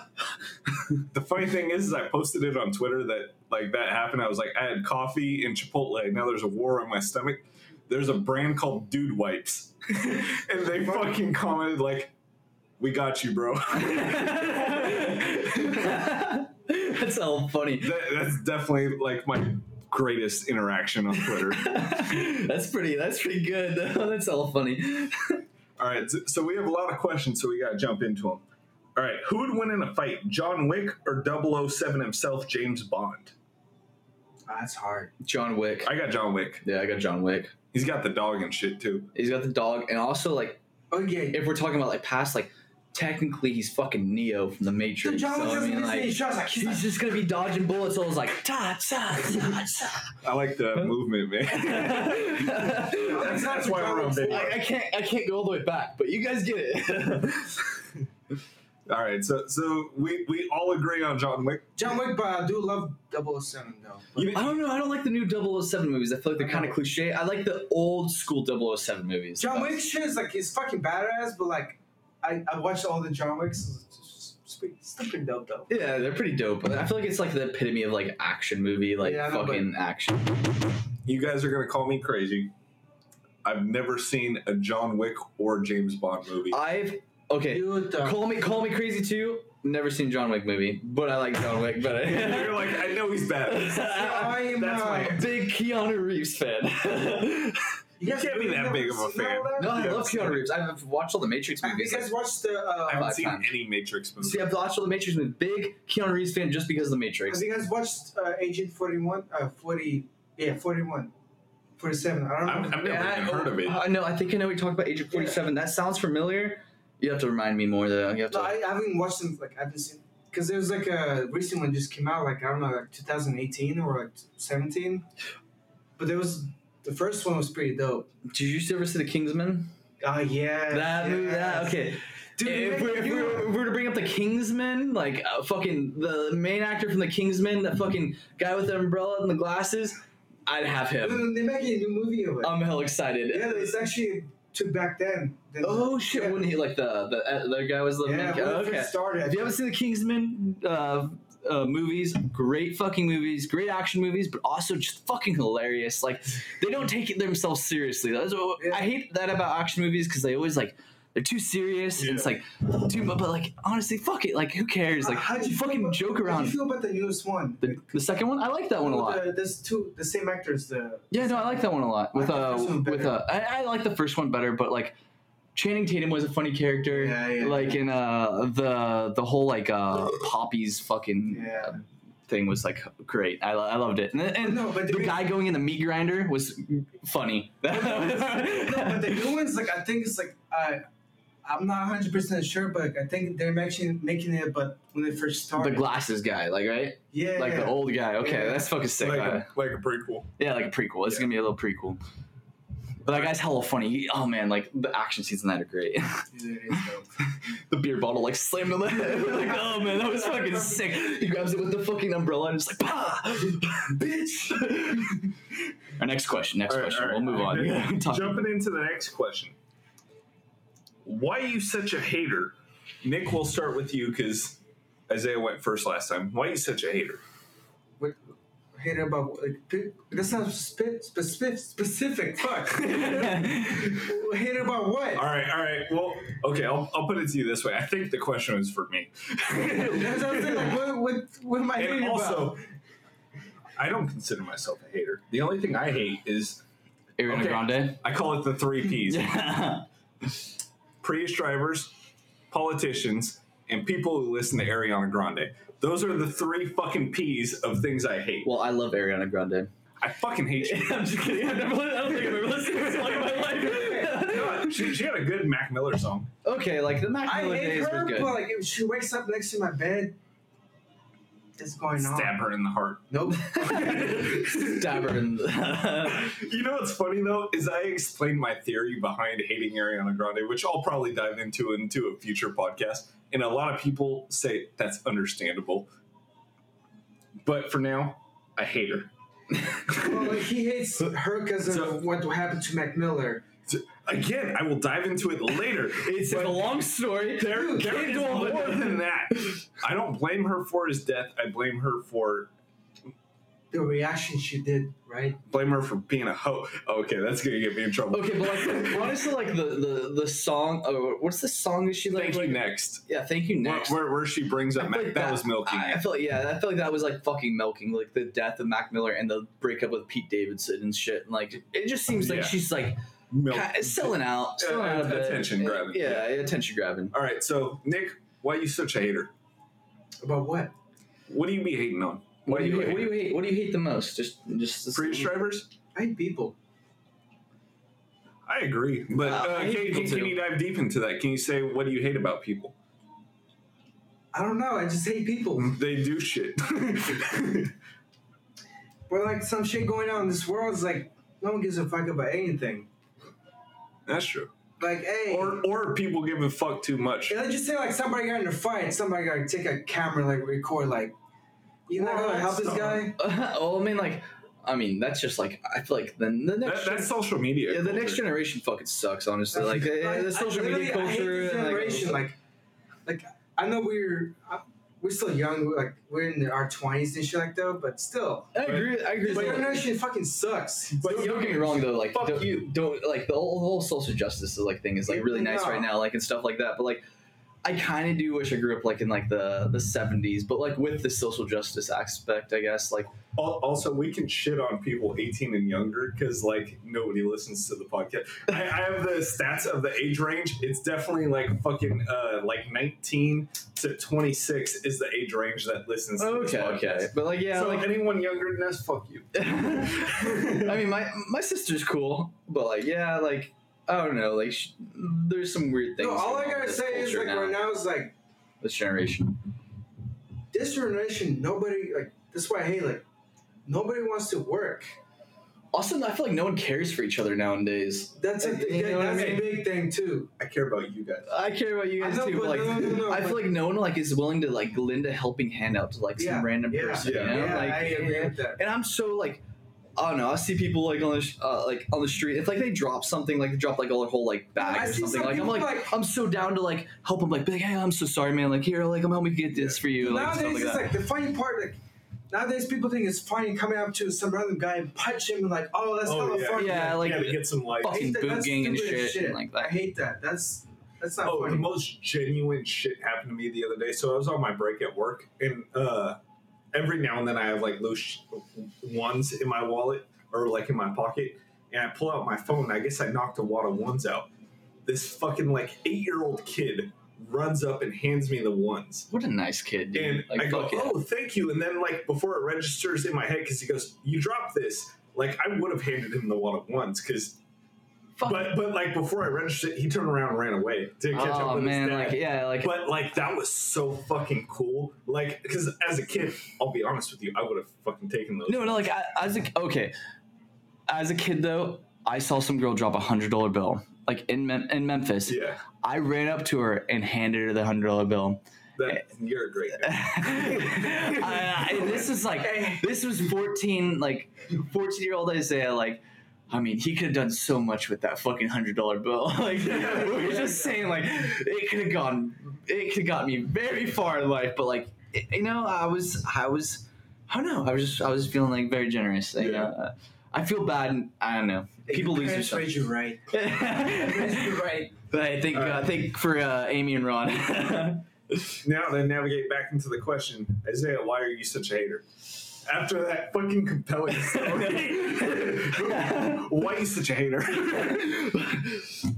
the funny thing is, is, I posted it on Twitter that like that happened. I was like, I had coffee and Chipotle. Now there's a war in my stomach. There's a brand called Dude Wipes, and they fucking commented like, "We got you, bro."
That's all funny.
That, that's definitely like my greatest interaction on Twitter.
that's pretty. That's pretty good. that's all funny.
All right, so- so we have a lot of questions, so we got to jump into them. All right, who would win in a fight, John Wick or 007 himself, James Bond?
Ah, that's hard.
John Wick.
I got John Wick.
yeah, I got John Wick.
He's got the dog and shit too.
He's got the dog, and also like
Oh yeah.
if we're talking about like past, like technically he's fucking Neo from the
So
Matrix.
John
so,
was
I
just
mean,
missing
like,
any shots. Like, he's
he's just gonna be dodging bullets. Always like ta ta ta ta.
I like the movement, man.
I,
that's, that's why we're on video.
I can't. I can't go all the way back, but you guys get it.
All right, so so we we all agree on John Wick.
John Wick, but I do love 007 though. But
You-
I don't know. I don't like the new 007 movies. I feel like they're kind of cliche. I like the old school 007 movies.
John Wick shit is like he's fucking badass, but like I I watched all the John Wicks. It's just pretty- It's pretty dope though.
Yeah, they're pretty dope. But I feel like it's like the epitome of like action movie, like
Yeah, I know,
fucking action.
You guys are gonna call me crazy. I've never seen a John Wick or James Bond movie.
I've okay.
Dude, uh,
Call me call me crazy too. Never seen John Wick movie, but I like John Wick
You're
better.
like, I know he's bad.
I'm,
That's
uh,
my
Big Keanu Reeves fan.
You guys
can't be
really
that big of a
never seen
fan.
all that?
no, I
Yeah.
love Keanu Reeves. I've watched all the Matrix
Have you
movies.
guys watched the? Uh,
I haven't
five
seen
times.
any Matrix movie.
See, I've watched all the Matrix movies. Big Keanu Reeves fan just because of the Matrix.
Have you guys watched uh, Agent 41? Uh, 40, yeah, 41. 47, I don't know.
I've, I've never
Yeah,
even heard of it.
I know. Uh, I think I know. We talked about Agent Forty Seven. That sounds familiar. You have to remind me more though. You have to.
no, I, I haven't watched them, like, I haven't seen. Because there was like a recent one just came out, like, I don't know, like 2018 or like 17. But there was, the first one was pretty dope.
Did you ever see The Kingsman?
Oh, yeah.
That movie. That
yes.
okay.
Dude,
if,
you-
we're, if,
you-
we're, if we're to bring up the Kingsman, like uh, fucking the main actor from the Kingsman, that fucking guy with the umbrella and the glasses, I'd have him.
They're making a new movie of it.
I'm hell excited.
yeah, it's actually took back then. Then-
Oh shit!
Yeah.
Wouldn't he like the uh, the other guy was the
Yeah,
main?
when it
oh, okay.
first started.
If you haven't seen the Kingsman uh, uh, movies, great fucking movies, great action movies, but also just fucking hilarious. Like they don't take it themselves seriously. That's what,
Yeah.
I hate that about action movies because they always like they're too serious and it's
Yeah.
like too. mu- But like honestly, fuck it. Like who cares? Like
How'd you feel
fucking
about-
joke
How do
around.
you feel about the newest one?
The, the second one, I like that one a
With,
lot.
uh, there's two, the same actors. The
Yeah, no, I like that one a lot. With
I
uh,
like the first one
with
better.
uh, I, I like the first one better, but like Channing Tatum was a funny character.
Yeah, yeah.
Like in uh the the whole like uh Poppy's fucking
yeah.
thing was like great. I, lo- I loved it. And, and
No, but
the
they-
guy going in the meat grinder was funny.
No, but the new ones, like I think it's like I, I'm not 100 percent sure, but I think they're actually making it. But when they first
The
started,
glasses guy, like right,
yeah,
like the old guy. Okay,
Yeah.
that's fucking sick.
like,
man.
a, like a prequel.
Yeah, like a prequel. It's
Yeah.
gonna be a little prequel. But that guy's hella funny. He- oh man, like the action scenes in that are great.
It is dope.
the beer bottle like slammed on the head. like, oh man, that was fucking sick. He grabs it with the fucking umbrella and just like, bah, bitch. Our next question. Next
All right,
question.
all right.
We'll move on. Yeah, talk-
Jumping into the next question. Why are you such a hater? Nick, we'll start with you because Isaiah went first last time. Why are you such a hater?
Hate about like pe- that's not spe- specific. Specific. Fuck. Hate about what?
All right, all right. Well, okay, I'll, I'll put it to you this way. I think the question was for me.
That's what I'm saying. Like, what, what, what am I
and
hating
also,
about?
I don't consider myself a hater. The only thing I hate is
Ariana
Okay.
Grande.
I call it the three P's:
Yeah.
Prius drivers, politicians, and people who listen to Ariana Grande. Those are the three fucking P's of things I hate.
Well, I love Ariana Grande.
I fucking hate you.
I'm just kidding. I've never, I don't think I've ever listened to this song in my life.
she, she had a good Mac Miller song.
okay, like the Mac
I
Miller
hate
days
her,
was good.
but like if she wakes up next to my bed, that's going
Stab
on.
her in the heart.
Nope.
Stab her in the-
You know what's funny though is I explained my theory behind hating Ariana Grande, which I'll probably dive into into a future podcast. And a lot of people say that's understandable, but for now, I hate her.
well, like, he hates her because of
So-
what happened to Mac Miller.
So, Again, I will dive into it later.
It's a long story.
There,
You
there
can't
is
go
more
on.
than that. I don't blame her for his death. I blame her for
The reaction she did, right?
blame her for being a hoe. Oh, Okay, that's gonna get me in trouble.
Okay, but like honestly, like the the the song. Uh, what's the song? Is she like?
Thank you.
like-
Next.
Yeah, thank you.
Where,
Next.
where, where she brings
I
up
feel
Mac,
like
that, was milking.
I, I
it.
feel like yeah, I feel like that was like fucking milking, like the death of Mac Miller and the breakup with Pete Davidson and shit. And like it just seems like
Yeah.
she's like
Milk.
ca- selling out,
Yeah,
selling out a bit.
attention
Yeah,
grabbing.
Yeah, attention grabbing.
All right, so Nick, why you such a hater?
About what?
What do you be hating on?
What do you hate? What do
hating?
you hate? What do you hate the most? Just just
Prius drivers?
I hate people.
I agree, but
Uh,
uh,
I
can,
hate people
can, can
too.
you dive deep into that? Can you say what do you hate about people?
I don't know. I just hate people.
They do shit.
But like some shit going on in this world is like no one gives a fuck about anything.
That's true.
Like, hey,
Or or people give a fuck too much.
Yeah, let's just say like somebody got in a fight, somebody got to take a camera, like record, like you not
Well,
gonna help this
that's
guy.
well, I mean, like, I mean, that's just like I feel like the the next
That, that's social media.
yeah, the
culture.
next generation fucking sucks. Honestly, like uh, the social
I
media
literally- I hate
culture.
this
and, like,
generation, like, like, I know we're I- we're still young, we're, like we're in our twenties and shit like that, but still,
I agree. I agree.
this
with you.
generation fucking sucks.
But don't get me wrong though, like
Fuck
don't,
you.
don't like the whole, whole social justice like thing is like really nice
No.
right now, like and stuff like that. But like, I kind of do wish I grew up like in like the the seventies, but like with the social justice aspect, I guess. Like,
Al- Also, we can shit on people 18 and younger because, like, nobody listens to the podcast. I, I have the stats of the age range. It's definitely like fucking uh, like 19 to 26 is the age range that listens. to this
okay,
podcast.
okay, but like yeah,
so
like
anyone younger than us, fuck you.
I mean my my sister's cool, but like yeah, like I don't know, like sh- there's some weird things.
No, all I
going on
gotta
with
say is
culture
like right now is like
this generation.
this generation, nobody like that's why I hate like nobody wants to work.
Also, I feel like no one cares for each other nowadays.
That's a,
You know what I
that's
mean?
a big thing too.
I care about you guys.
I care about you
I
guys
know,
too.
but
But like,
no, no, no,
I feel
but-
like no one like is willing to like lend a helping hand out to like some
Yeah,
random
yeah,
person.
yeah,
you know? like,
I agree with that.
and I'm so like, I don't know. I see people like on the sh- uh, like on the street. It's like they drop something, like they drop like all their whole like bag
I
or
see some
something. like I'm
people,
like,
like-
I'm so down to like help them. Like, be like, hey, I'm so sorry, man. Like here, like I'm helping get this for you. Like stuff
nowadays,
like
it's
that.
like the funny part. Like nowadays, people think it's funny coming up to some random guy and punch him and like, oh, that's
Oh,
not
yeah.
funny.
Yeah,
I
like Oh,
yeah, to get some like.
fucking
hate that.
boot
That's
gang and
stupid
shit, and like that.
I hate that. That's that's not
Oh, the
funny.
most genuine shit happened to me the other day. So I was on my break at work, and uh, every now and then I have like loose ones in my wallet or like in my pocket, and I pull out my phone. And I guess I knocked a wad of ones out. This fucking like eight year old kid runs up and hands me the ones.
What a nice kid, dude.
And
like
I go,
fuck yeah.
oh, thank you. And then, like, before it registers in my head, because he goes, you dropped this. Like, I would have handed him the wad of ones because
Fuck.
But but like before I registered, he turned around and ran away to catch up
oh
with
man,
his dad.
like yeah, like
But like that was so fucking cool. Like because as a kid, I'll be honest with you, I would have fucking taken those.
no, no, like I, as a okay, as a kid though, I saw some girl drop a hundred dollar bill like in Mem- in Memphis.
Yeah,
I ran up to her and handed her the hundred dollar bill. Eh,
that, you're a great. Guy.
I, I- this is like this was 14 like 14 year old isaiah like i mean he could have done so much with that fucking hundred dollar bill like we're just saying like it could have gone it could have got me very far in life but like it- you know i was i was i don't know i was just i was feeling like very generous
Yeah.
you know? Uh, i feel bad and i don't know people lose their
Parents
stuff
raised you right.
but
right.
i think uh, thank for uh, amy and ron
Now they navigate back into the question, Isaiah, why are you such a hater? After that fucking compelling story, why are you such a hater?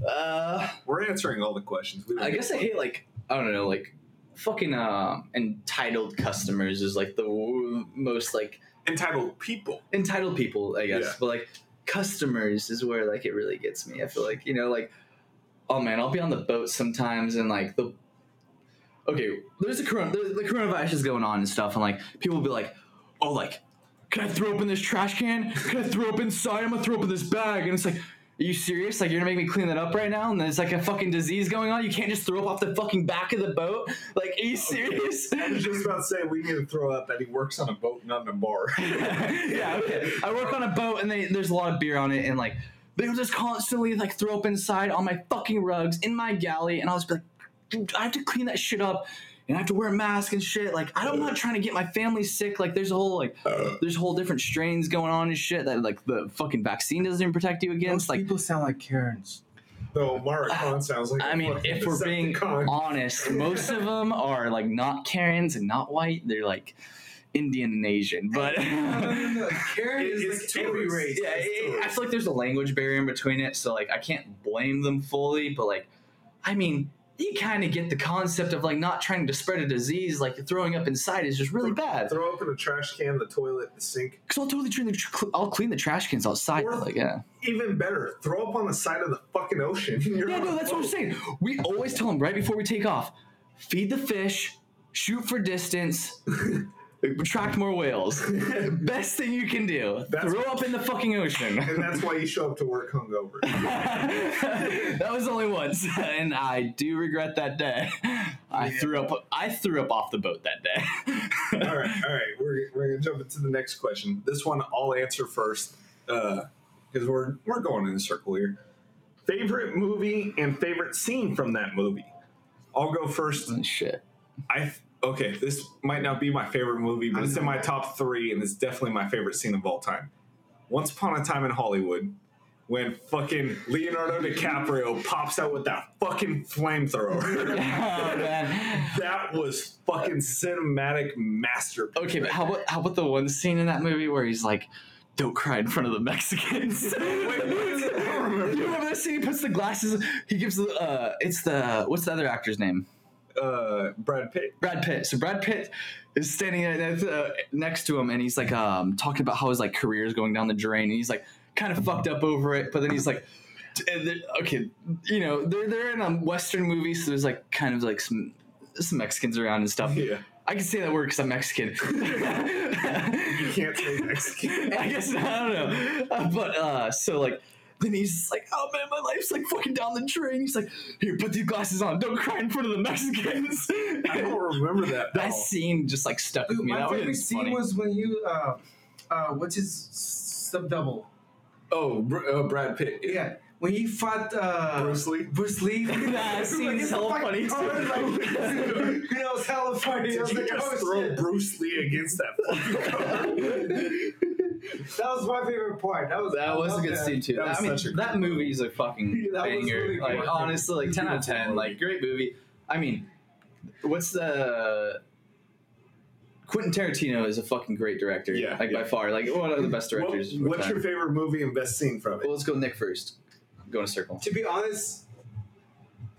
uh
We're answering all the questions. We
I guess I hate like I don't know, like fucking uh, entitled customers is like the w- most like
entitled people.
entitled people, I guess.
Yeah.
But like customers is where like it really gets me. I feel like you know, like oh man, I'll be on the boat sometimes and like the okay, there's a corona, the, the coronavirus is going on and stuff, and like people will be like, oh like. Can I throw open this trash can? Can I throw open sorry, I'm gonna throw open this bag. And it's like, are you serious? Like you're gonna make me clean that up right now? And there's like a fucking disease going on. You can't just throw up off the fucking back of the boat. Like, are you serious?
I was just about to say we need to throw up that he works on a boat, not in a bar.
yeah, okay. I work on a boat and they, there's a lot of beer on it and like they'll just constantly like throw up inside on my fucking rugs in my galley and I'll just be like, "Dude, I have to clean that shit up and I have to wear a mask and shit. Like I don't want trying to get my family sick. Like there's a whole like
Uh.
there's whole different strains going on and shit that like the fucking vaccine doesn't even protect you against. Like
people sound like Karens.
Though Mara Khan sounds like.
Uh, I
a
mean,
fucking
if we're being
Decepticon.
honest, most of them are like not Karens and not white. They're like Indian and Asian, but
No, no, no, no. Karen
It
is
is
like every
tourists.
race.
yeah,
That's
it-
true.
I feel like there's a language barrier in between it, so like I can't blame them fully, but like, I mean, you kind of get the concept of like not trying to spread a disease, like throwing up inside is just really bad.
Throw up in a trash can, the toilet, the sink.
Because I'll totally clean the tr- I'll clean the trash cans outside.
Or-
Like, yeah,
Even better, throw up on the side of the fucking ocean. You're
yeah,
on
no,
a
that's what I'm
boat.
saying. We always tell them right before we take off, feed the fish, shoot for distance. Attract more whales. Best thing you can do.
That's-
throw up in the fucking ocean.
And that's why you show up to work hungover.
that was only once, and I do regret that day. I threw up. I threw up off the boat that day.
all right, all right. We're, we're gonna jump into the next question. This one I'll answer first because we're we're going in a circle here. Favorite movie and favorite scene from that movie. I'll go first.
Shit.
I okay. This might not be my favorite movie, but it's in my top three, and it's definitely my favorite scene of all time. Once upon a time in Hollywood, when fucking Leonardo DiCaprio pops out with that fucking flamethrower.
Oh, man.
That was fucking cinematic masterpiece.
Okay, but how about how about the one scene in that movie where he's like, "Don't cry in front of the Mexicans."
remember.
You remember that scene? He puts the glasses. He gives the. Uh, it's the what's the other actor's name?
uh, Brad Pitt.
Brad Pitt. So Brad Pitt is standing at- uh, next to him, and he's like um, talking about how his like career is going down the drain, and he's like kind of fucked up over it. But then he's like, t- and then- okay, you know, they're they're in a western movie, so there's like kind of like some some Mexicans around and stuff.
Yeah.
I can say that word because I'm Mexican.
You can't say Mexican.
I guess I don't know. Uh, but uh, so like then he's just like, oh man, my life's like fucking down the drain. He's like, here, put these glasses on. Don't cry in front of the Mexicans.
I don't remember that.
That
at all.
scene just like stuck with
Dude,
me.
my
That
favorite
was
scene
funny.
was when you, uh, uh, what's his sub double?
Oh, Br- uh, Brad Pitt.
Yeah, when he fought uh,
Bruce Lee?
Bruce Lee.
That scene's
it's a
hella
fucking
funny, too.
car, like, that was hella funny. I
Did
was
you
like,
just
oh,
throw
shit.
Bruce Lee against that fucking car?
That was my favorite part. That was
That was a good
that.
scene too.
That was
I mean,
such a good
that
movie.
movie's a fucking
That was
banger.
really
like
good.
honestly, like ten out of
Beautiful
ten.
movie.
Like great movie. I mean, what's the Quentin Tarantino is a fucking great director.
Yeah,
like
yeah.
by far, like one of the best
What-
directors. of
what's
time.
your favorite movie and best scene from it?
Well, let's go Nick first. Go in a circle.
To be honest,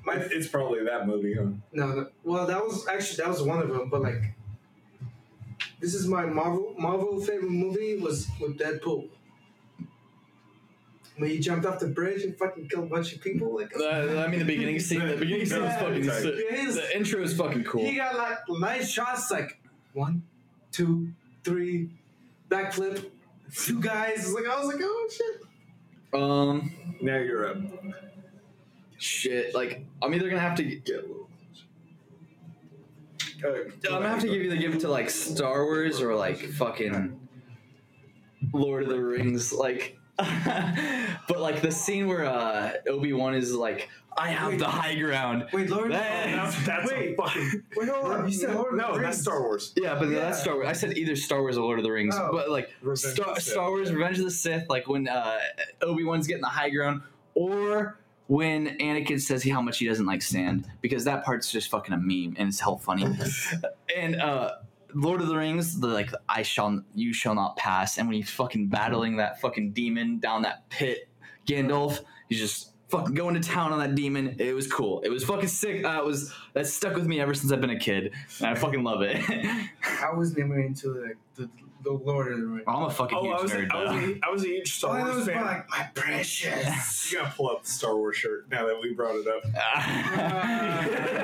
My- it's probably that movie, huh?
no, no. Well, that was actually that was one of them. But like, this is my Marvel Marvel favorite movie was with Deadpool. When you jumped off the bridge and fucking killed a bunch of people, like
The- I mean, the beginning scene. The beginning scene is
Yeah.
fucking.
Tight.
sick.
It is.
The intro is fucking cool.
he got like nine shots, like one, two, three, backflip, two guys. Like I was like, oh shit.
Um,
Now you're up.
shit. Like, I'm either gonna have to.
Get a little. Uh,
I'm gonna have to give you the gift to like Star Wars or like fucking Lord of the Rings. Like, but like the scene where uh Obi Wan is like, I have the high ground.
Wait, Lord.
That-
That's, that's a
Wait.
fucking.
Wait, hold on. You said Lord. of the
No,
Rings.
that's Star Wars.
Yeah, but
Yeah.
that's Star Wars. I said either Star Wars or Lord of the Rings,
Oh.
but like
Revenge of
Star,
the Sith.
Star Wars, Revenge of the Sith, like when uh, Obi Wan's getting the high ground, or when Anakin says he, how much he doesn't like sand, because that part's just fucking a meme and it's hell funny. and uh, Lord of the Rings, the like I shall, you shall not pass, and when he's fucking battling that fucking demon down that pit, Gandalf, he's just fucking going to town on that demon. It was cool. It was fucking sick. Uh, it was that stuck with me ever since I've been a kid, and I fucking love it.
I was never into like the, the Lord of the Rings.
I'm a fucking
Oh,
huge
I was,
nerd.
I, was
though.
a, I was a huge
Oh,
Star
I
Wars
was
fan.
like my precious.
You gotta pull out the Star Wars shirt now that we brought it up.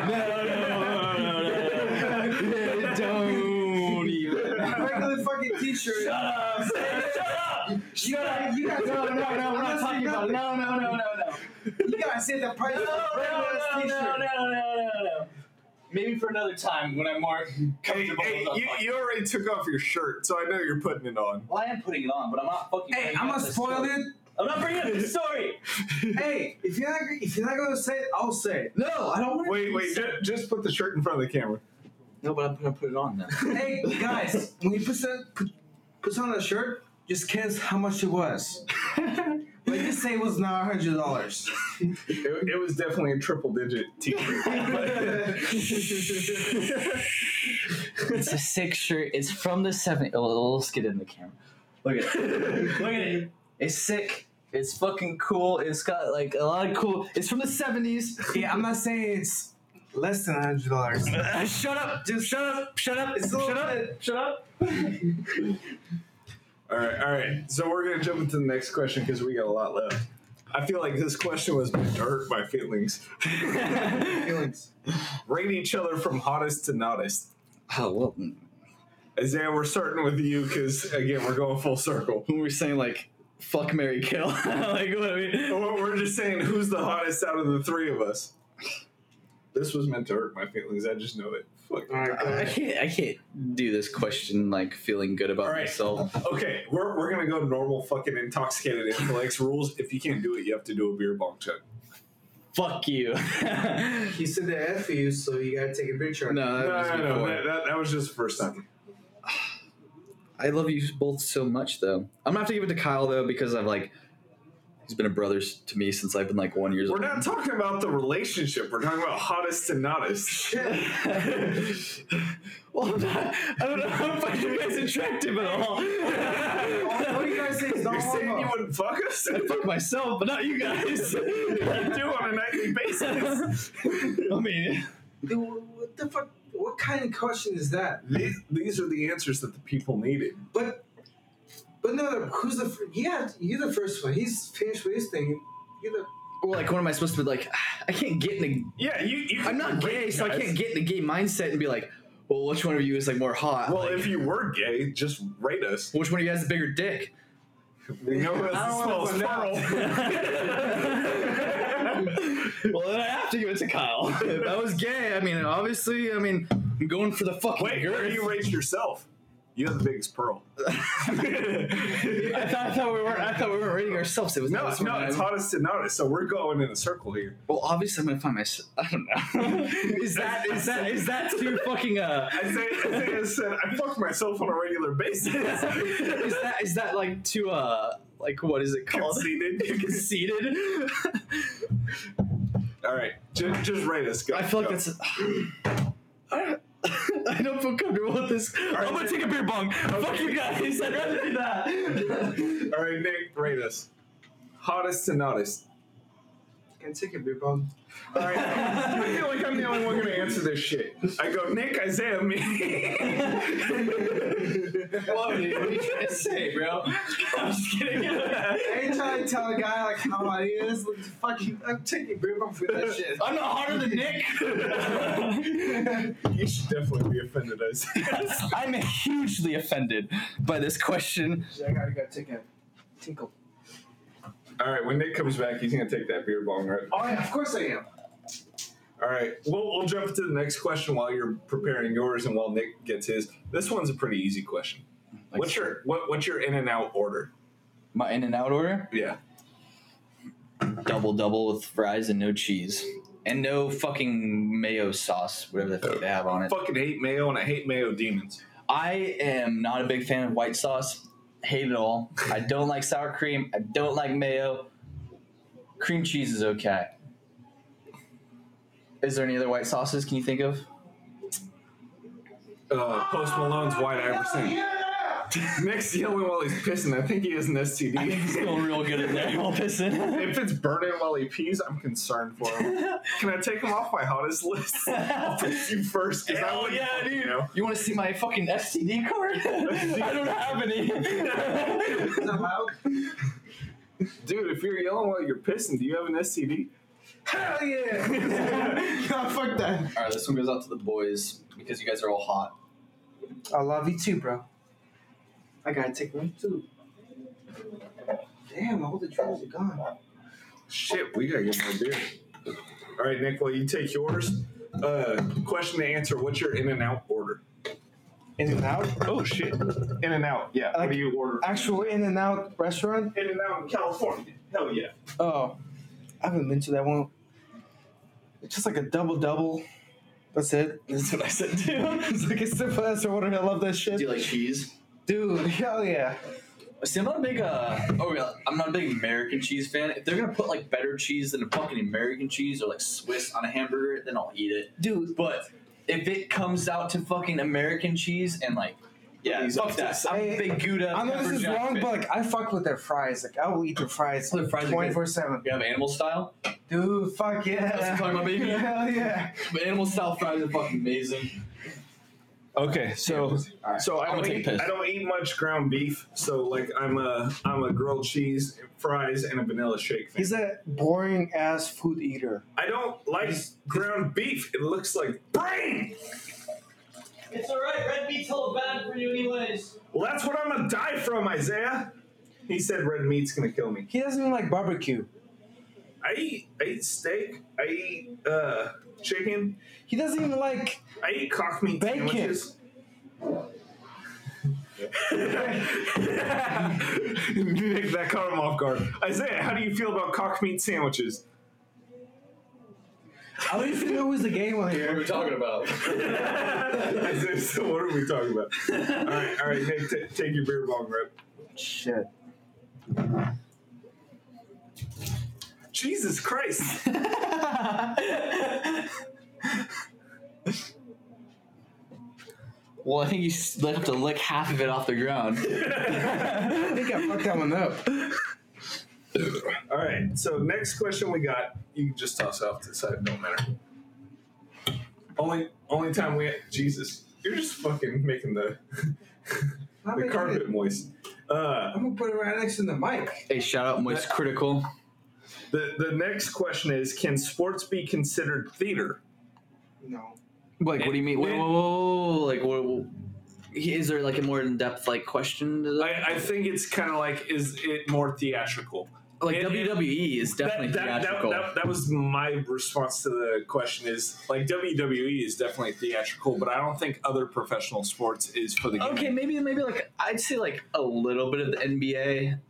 no, no, no, no. Don't even.
Regular fucking T-shirt. Shut up. You gotta, you gotta,
No, no, no, we're not talking about it. No, no, no, no, no.
You gotta say the price of the
No,
regular
no, no,
T-shirt.
no, no, no. Maybe for another time when I'm more
Hey,
comfortable.
hey,
with
you,
that.
you already took off your shirt, so I know you're putting it on.
well, I am putting it on, but I'm not fucking.
Hey,
bringing
I'm
up
gonna
this
spoil
story.
it.
I'm not bringing up the story.
Hey, if you're not if you're not gonna say it, I'll say it.
No, I don't want
Wait, wait, just, just put the shirt in front of the camera.
No, but I'm gonna put it on now.
Hey guys, when you put on put, puts on a shirt, just guess how much it was. Like just say it was nine hundred dollars.
It, it was definitely a triple digit t shirt.
It's a sick shirt. It's from the seven. Oh, let's get it in the camera. Look at it. Look at it. It's sick. It's fucking cool. It's got like a lot of cool. It's from the seventies.
yeah, I'm not saying it's less than hundred dollars.
shut up. Just shut up. Shut up.
It's a little
shut up. Shut up.
all right, all right. So we're gonna jump into the next question because we got a lot left. I feel like this question was meant to hurt my feelings.
Feelings.
Rate each other from hottest to nottest.
Oh well. When
Isaiah, we're starting with you because again, we're going full circle.
we're saying like fuck Mary Kill. like what are we?
We're we're just saying who's the hottest out of the three of us. This was meant to hurt my feelings. I just know it. Fuck.
All right, go
I
ahead.
can't. I can't do this question like feeling good about
All right.
myself.
Okay, we're, we're gonna go normal fucking intoxicated intellects rules. If you can't do it, you have to do a beer bong chug.
Fuck you. no,
He said the F you, so you gotta take a picture.
that was
No, no, no,
before.
that, that, that was just the first time.
I love you both so much, though. I'm gonna have to give it to Kyle though because I've like he's been a brother s- to me since I've been like one years
We're
old.
not talking about the relationship. We're talking about hottest to nottest.
Shit.
well, I'm not, I don't know if I find you guys attractive at all.
What do you guys say? is not
You're saying
homo?
you wouldn't fuck us?
I fuck myself, but not you guys.
You do on a nightly basis.
I mean,
Dude, what the fuck? What kind of question is that?
these, these are the answers that the people needed.
But, but no, the, who's the? fir- Yeah, you're the first one. He's finished with his thing. You're the.
well, like, what am I supposed to be like? "Ah, I can't get in
Yeah, you. you
the. I'm not gay, so I
guys.
can't get in the gay mindset and be like, well, which one of you is like more hot?
Well,
Like,
if you were gay, just rate us.
which one of you has the bigger dick?
We know it's the smallest pearl.
Well, then I have to give it to Kyle. if I was gay, I mean, obviously, I mean, I'm going for the fucking
Wait,
girth.
where do you rate yourself? You have the biggest pearl.
I, thought, I thought we weren't. I thought we weren't rating ourselves. It was
No,
that was
no,
when I-
it's hottest to notice. So we're going in a circle here.
Well, obviously, I'm gonna find my. s- I don't know. is that is that is that too fucking uh?
Isaiah, Isaiah said, "I fuck myself on a regular basis."
Is that is that like too uh? Like what is it called?
Conceited.
Conceited.
All right, just, just rate us. Go.
I feel like
go.
that's. I I don't feel comfortable with this. I'm gonna take a beer bong. Fuck you guys. I'd rather do that.
All right, Nick, rate us. Hottest to nottest.
Can't take it, beer bong. All right.
I feel like I'm the only one gonna answer this shit. I go, Nick, Isaiah, me.
Whoa, dude, what are you trying to say, bro? I'm just kidding.
I ain't trying to tell a guy like how I is. Like, fucking, I'm taking beer bong for that shit.
I'm not harder than Nick.
you should definitely be offended, Isaiah.
I'm hugely offended by this question.
Shit, I gotta go take a tinkle.
All right, when Nick comes back, he's gonna take that beer bong, right?
Oh yeah, of course I am.
All right, we'll, we'll jump to the next question while you're preparing yours and while Nick gets his. This one's a pretty easy question. what's your what, what's your in and out order?
my in and out order?
Yeah,
Double double with fries and no cheese. And no fucking mayo sauce, whatever the fuck they have on it.
fucking hate mayo and I hate mayo demons.
I am not a big fan of white sauce. Hate it all. I don't like sour cream. I don't like mayo. Cream cheese is okay. Is there any other white sauces can you think of?
Uh, Post Malone's White Iverson. Nick's yelling while he's pissing. I think he has an STD.
I think it's going real good in there. I'll piss in.
if it's burning while he pees, I'm concerned for him. Can I take him off my hottest list? I'll put you first. 'cause I
Hell
wouldn't
yeah,
fucking
dude.
know.
You want to see my fucking STD card? I don't have any.
Is that loud?
Dude, if you're yelling while you're pissing, do you have an STD?
Hell yeah! yeah, fuck that.
All right, this one goes out to the boys because you guys are all hot.
I love you too, bro. I gotta take one too. Damn, all the drugs are gone.
Shit, we gotta get more beer. All right, Nick, while you take yours, uh, question to answer what's your in and out order?
In and out?
Oh, shit. In and out, yeah.
I
what
like-
do you order?
Actual In and Out restaurant?
In and out in California. Hell yeah.
Oh, I haven't been to that one. It's just like a double double. That's it.
That's what I said too.
It's like a simple as order. I love that shit.
Do you like cheese?
Dude, hell yeah.
See, I'm not a big uh oh yeah, I'm not a big American cheese fan. If they're gonna put like better cheese than a fucking American cheese or like Swiss on a hamburger, then I'll eat it.
Dude,
But if it comes out to fucking American cheese and like yeah,
Please,
fuck
I'm
that.
just
I'm a
saying-
big Gouda.
I know
pepper
this is
jack
wrong,
fan.
but like I fuck with their fries. Like I will eat their fries
Their fries are good.
24 7.
you have animal style.
Dude, fuck yeah.
That's what I'm talking about, baby.
Hell yeah.
But animal style fries are fucking amazing.
Okay, so so I
I'm gonna
don't
take a
eat,
piss.
I don't eat much ground beef, so like I'm a I'm a grilled cheese, fries, and a vanilla shake fan.
He's a boring ass food eater.
I don't like ground beef. It looks like brain.
It's alright, red meat's all bad for you anyways.
Well, that's what I'm gonna die from, Isaiah. He said red meat's gonna kill me.
He doesn't even like barbecue.
I eat I eat steak. I eat uh chicken.
He doesn't even like.
I eat cock meat
Bacon.
sandwiches. Nick, that caught him off guard. Isaiah, how do you feel about cock meat sandwiches?
I don't even know who's the gay one
What are we
here.
talking about?
Isaiah, so what are we talking about? all right, all right, Nick, t- take your beer bong rip.
Shit.
Jesus Christ.
well, I think you s- have to lick half of it off the ground.
I think I fucked that one up.
All right. So next question we got, you can just toss it off to the side. Don't matter. Only, only time we Jesus, you're just fucking making the
I'm
the
making
carpet
it-
moist. Uh,
I'm gonna put it right next to the mic.
hey, shout out Moist Critical.
the the next question is, can sports be considered theater?
No.
Like, what do you mean? Whoa,
Wait.
whoa, whoa, whoa, Like, what, what- is there like a more in depth like question? To that?
I, I think it's kind of like, is it more theatrical?
like
it-
WWE is definitely
That, that, that,
theatrical.
that, that was my response to the question is like WWE is definitely theatrical, but I don't think other professional sports is for the game.
okay, maybe maybe like I'd say like a little bit of the NBA.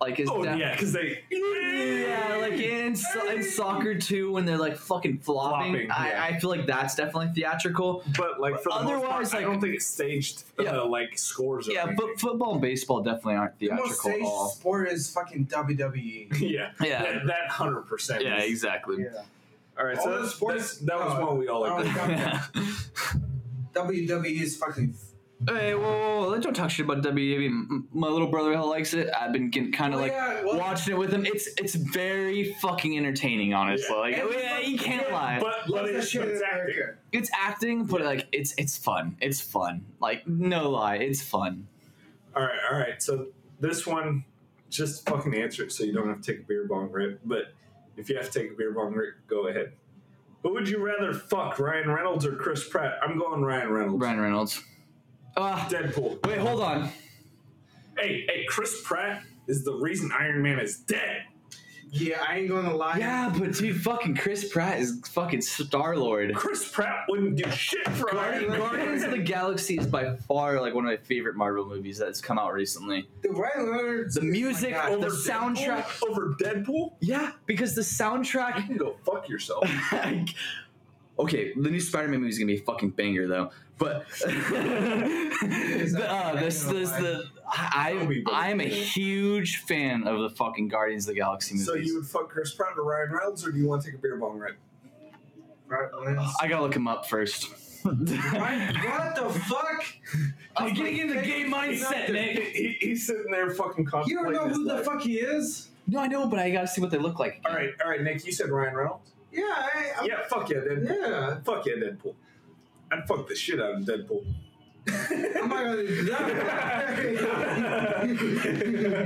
Like is
Oh
that,
yeah, because they
Yeah, like in, so- in soccer too, when they're like fucking flopping,
Flopping,
I,
yeah.
I feel like that's definitely theatrical.
But like for the most part,
Otherwise,
I don't
like-
think it's staged.
Yeah.
Uh, like scores. Or
Yeah,
anything.
but football and baseball definitely aren't
The most
theatrical at
safe
all.
sport is fucking E. WWE.
yeah,
Yeah.
that- that hundred percent.
Yeah, exactly.
Yeah.
All right,
All
so
the
that's,
sports- Oh,
that's- that was
no,
one we all
I don't
agreed.
think
on.
WWE E is fucking
Hey, whoa, whoa, whoa, don't talk shit about WWE. M- My little brother hell likes it. I've been getting kind of
Well,
like
yeah, well-
watching it with him. It's it's very fucking entertaining, honestly.
Yeah.
Like
And-
yeah, you can't
yeah,
lie.
But but
What's that
it's,
shit in
it's acting.
America?
it's acting, but like it's it's fun. It's fun. Like no lie, it's fun.
All right, all right. So this one, just fucking answer it so you don't have to take a beer bong rip. But if you have to take a beer bong rip, go ahead. Who would you rather fuck, Ryan Reynolds or Chris Pratt? I'm going Ryan Reynolds.
Ryan Reynolds. Ah,
Deadpool.
wait, hold on.
Hey, hey, Chris Pratt is the reason Iron Man is dead.
Yeah, I ain't gonna lie.
Yeah, but dude, fucking Chris Pratt is fucking Star Lord.
Chris Pratt wouldn't do shit for Iron Man.
Guardians of the Galaxy is by far like one of my favorite Marvel movies that's come out recently.
The Ryan Leonard's
The music,
Oh God. Oh.
the
over
soundtrack.
Deadpool? over Deadpool.
Yeah, because the
You
soundtrack.
can go fuck yourself.
okay, the new Spider-Man movie is gonna be a fucking banger though. But the, uh, this, this, the I, I am a huge fan of the fucking Guardians of the Galaxy movies.
so you would fuck Chris Pratt or Ryan Reynolds, or do you want to take a beer bong rip?
Ryan Reynolds.
I gotta look him up first.
Ryan-
I'm
what the fuck?
getting in the game mindset, Nick.
He, he's sitting there fucking
You
contemplating.
don't know
his
who the
life.
fuck he is?
No, I know, but I gotta see what they look like.
All right, all right, Nick. You said Ryan Reynolds.
Yeah, I, I'm,
Yeah, fuck yeah, Deadpool.
yeah.
Fuck yeah, Deadpool. I'd fuck the shit out of Deadpool.
I'm not gonna do that.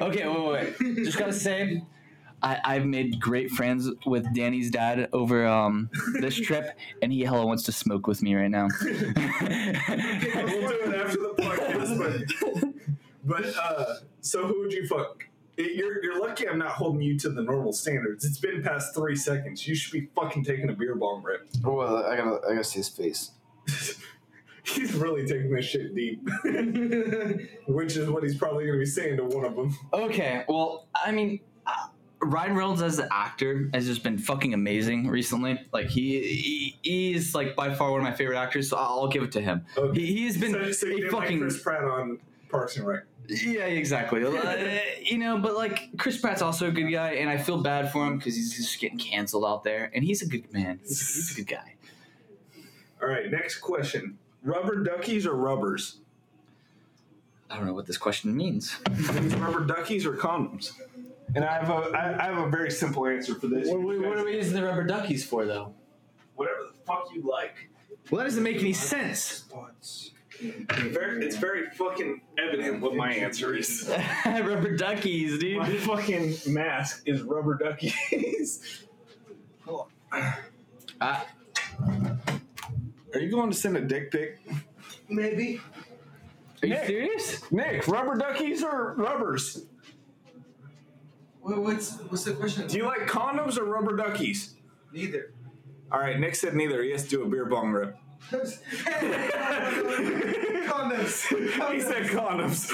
Okay, wait, wait, wait. Just gotta say, I, I've made great friends with Danny's dad over um, this trip, and he hella wants to smoke with me right now.
we'll do it after the podcast. But, but uh, so who would you fuck? It- You're, you're lucky I'm not holding you to the normal standards. It's been past three seconds. You should be fucking taking a beer bong rip.
Well, I gotta, I gotta see his face.
He's really taking this shit deep, which is what he's probably going to be saying to one of them.
okay, well, I mean, uh, Ryan Reynolds as the actor has just been fucking amazing recently. Like he, he he's like by far one of my favorite actors, so I'll, I'll give it to him.
Okay.
He, he's been
so, so you
a
didn't like
fucking
Chris Pratt on Parks and Rec.
Yeah, exactly. Uh, you know, but like Chris Pratt's also a good guy, and I feel bad for him because he's just getting canceled out there, and he's a good man. He's, he's a good guy.
All right, next question. Rubber duckies or rubbers?
I don't know what this question means.
These rubber duckies or condoms? And I have a, I, I have a very simple answer for this.
What, what are we using the rubber duckies for, though?
Whatever the fuck you like.
Well, that doesn't make any sense.
Spots.
Very, it's very fucking evident what my answer is.
rubber duckies,
My
dude.
fucking mask is rubber duckies.
Uh,
Are you going to send a dick pic?
Maybe.
are you
Nick.
serious?
Nick, rubber duckies or rubbers?
What, what's what's the question?
Do you like condoms or rubber duckies?
Neither.
All right, Nick said neither. He has to do a beer bong rip.
Condoms.
he said condoms.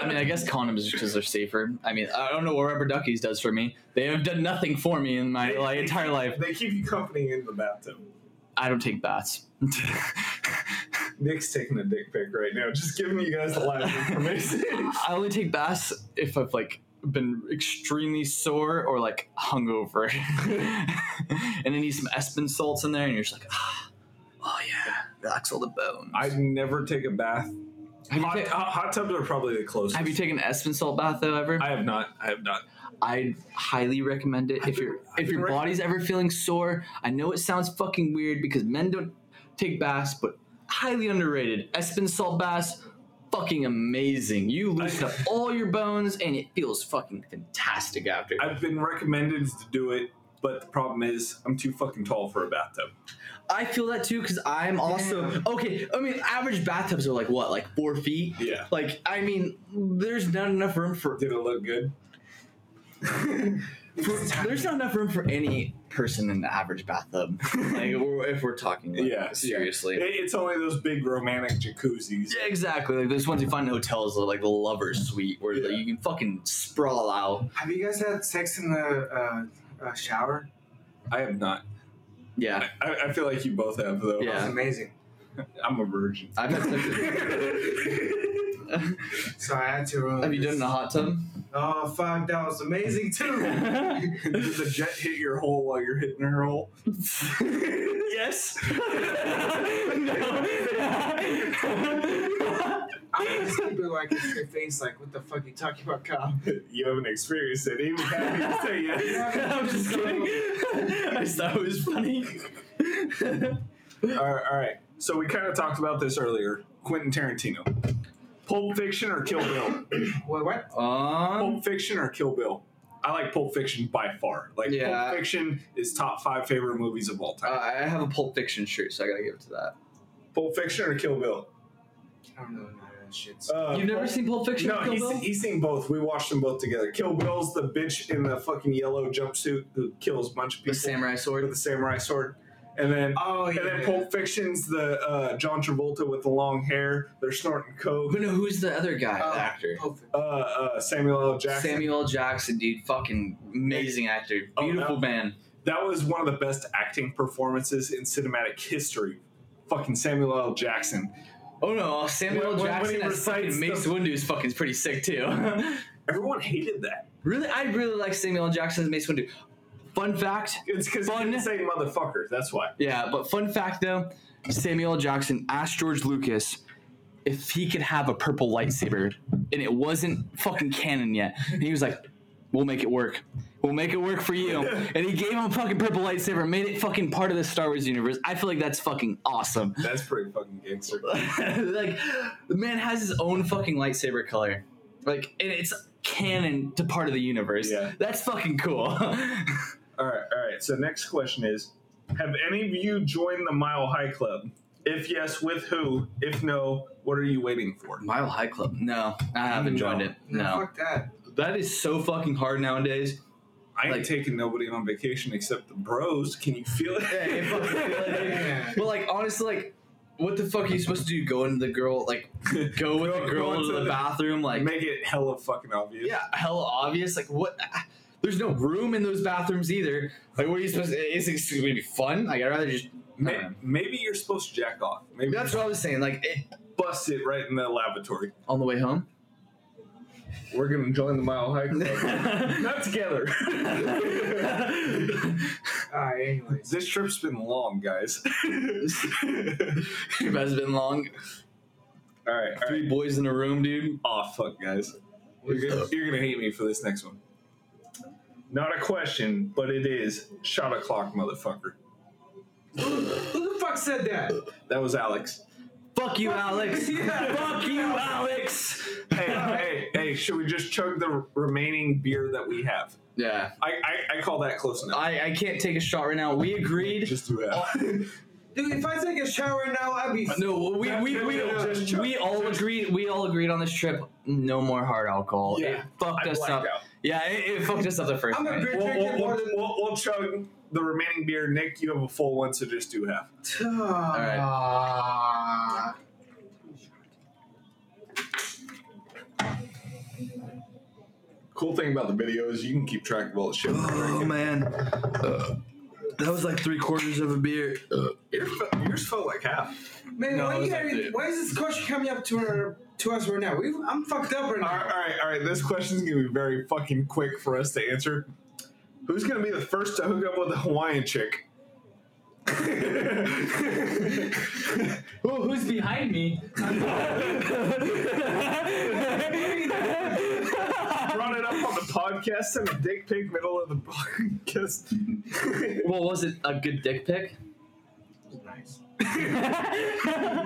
I mean, I guess condoms just because they're safer. I mean, I don't know what rubber duckies does for me. They have done nothing for me in my like, entire life.
They keep you company in the bathtub.
I don't take baths.
Nick's taking a dick pic right now, just giving you guys the live information.
I only take baths if I've like been extremely sore or like hungover, and I need some Espen salts in there, and you're just like, ah, oh yeah, relax all the bones.
I'd never take a bath.
have,
Hot,
you ta-
hot- hot tubs are probably the closest.
have you taken an Espen salt bath though ever?
I have not. I have not.
I highly recommend it if your
I've
if your
been rec-
body's ever feeling sore. I know it sounds fucking weird because men don't take baths, but highly underrated. Espen salt baths, fucking amazing. You loosen up all your bones and it feels fucking fantastic after.
I've been recommended to do it, but the problem is I'm too fucking tall for a bathtub.
I feel that too because I'm also
Damn.
okay. I mean, average bathtubs are like what, like four feet.
Yeah.
Like I mean, there's not enough room for,
Did it look good?
for there's not enough room for any person in the average bathtub. like we're- if we're talking, like,
Yeah,
seriously.
It, it's only those big romantic jacuzzis.
Yeah, exactly. Like those ones you find in hotels, like the lover's suite, where
Yeah.
like, you can fucking sprawl out.
Have you guys had sex in the uh, uh, shower?
I have not.
Yeah,
I, I feel like you both have though.
That was
Yeah.
amazing.
I'm a virgin.
I've had sex.
So I had to ruin.
Have you done it
this.
in a hot tub?
Oh, fuck, that was amazing too.
Did the jet hit your hole while you're hitting her hole?
yes. no.
I'm just keeping like in your face, like, what the fuck you talking about, Kyle?
You haven't experienced it. Even happy to say yes.
I'm just kidding. I just thought it was funny.
All right, all right. So we kind of talked about this earlier. Quentin Tarantino. Pulp Fiction or Kill Bill?
What? What?
um,
Pulp Fiction or Kill Bill? I like Pulp Fiction by far. Like
Yeah.
Pulp Fiction is top five favorite movies of all
uh,
time.
I have a Pulp Fiction shirt, so I gotta give it to that. Uh,
Pulp Fiction or Kill Bill?
I don't know none of that shit.
Uh,
You've never seen Pulp Fiction?
No,
Kill
he's,
Bill?
he's seen both. We watched them both together. Kill Bill's the bitch in the fucking yellow jumpsuit who kills a bunch of people
the samurai
with
sword.
the samurai sword. And then
oh, yeah.
and then Pulp Fiction's the uh, John Travolta with the long hair. They're snorting coke.
But no, who's the other guy?
Oh,
the actor.
Pulp Fiction.
Uh, uh, Samuel L. Jackson.
Samuel L. Jackson, dude, fucking amazing actor,
Oh,
beautiful
no.
man.
That was one of the best acting performances in cinematic history. Fucking Samuel L. Jackson.
Oh no, Samuel
When-
L.
when- when
Jackson
he
as fucking
recites
Mace
the-
Windu is fucking pretty sick too.
Everyone hated that.
really, I really like Samuel L. Jackson as Mace Windu. Fun fact,
It's because
Fun.
didn't say motherfucker. That's why.
yeah, but fun fact though, Samuel L. Jackson asked George Lucas if he could have a purple lightsaber, and it wasn't fucking canon yet, and he was like, "We'll make it work." We'll make it work for you. And he gave him a fucking purple lightsaber, and made it fucking part of the Star Wars universe. I feel like that's fucking awesome.
That's pretty fucking gangster.
like the man has his own fucking lightsaber color like and it's canon to part of the universe
Yeah.
that's fucking cool
All right, all right. So next question is: Have any of you joined the Mile High Club? If yes, with who? If no, what are you waiting for?
mile high club no i haven't
No.
joined it no
Fuck that.
that is so fucking hard nowadays
I ain't
Like-
taking nobody on vacation except the bros. Can you feel it?
Hey, fuck it,
Yeah.
but like honestly like what the fuck are you supposed to do go into the girl like go with
Go-
the girl
go
into
into
the
the-
bathroom like
Make it hella fucking obvious.
yeah hella obvious like what there's no room in those bathrooms either like what are you supposed to is it gonna be fun like i'd rather just
Ma-
Uh,
maybe you're supposed to jack off. Maybe
that's what i was saying like it,
bust it right in the lavatory.
on the way home
We're gonna join the Mile High Club.
Not
Not together.
Alright, anyways.
this trip's been long, guys.
Trip has been long.
all right, all right.
Three boys in a room, dude.
Oh fuck, guys. You're gonna, you're gonna hate me for this next one. Not a question, but it is shot o'clock, motherfucker.
Who the fuck said that?
That was Alex.
Fuck you, Alex.
Yeah.
Fuck you, Alex.
Hey, hey, hey! Should we just chug the remaining beer that we have?
Yeah,
I, I, I call that close enough.
I, I can't take a shot right now. We agreed.
just do that.
Dude, if I take a shower right now, I'd be.
no, we we, we,
Just
we,
chug-
all agreed. We all agreed on this trip. No more hard alcohol.
Yeah.
It fucked
I
us
blacked
up.
out.
Yeah, it, it fucked us up the 1st
I'm a
night.
beer
We'll,
drinking
we'll,
more
we'll,
than.
we'll, we'll chug the remaining beer. Nick, you have a full one, so just do half.
Alright.
Cool thing about the video is you can keep track of all the shit.
man, uh, that was like three quarters of a beer.
Yours, felt, yours felt like half.
Man,
No,
why,
it
you
was like
gotta,
the-
why is this question coming up to, our, to us right now? We, I'm fucked up
All
right now.
right, all right, all right. This question's gonna be very fucking quick for us to answer. Who's gonna be the first to hook up with a Hawaiian chick?
Who, who's behind me?
Brought it up on the podcast and a dick pic middle of the podcast.
well, was it a good dick pic?
Nice.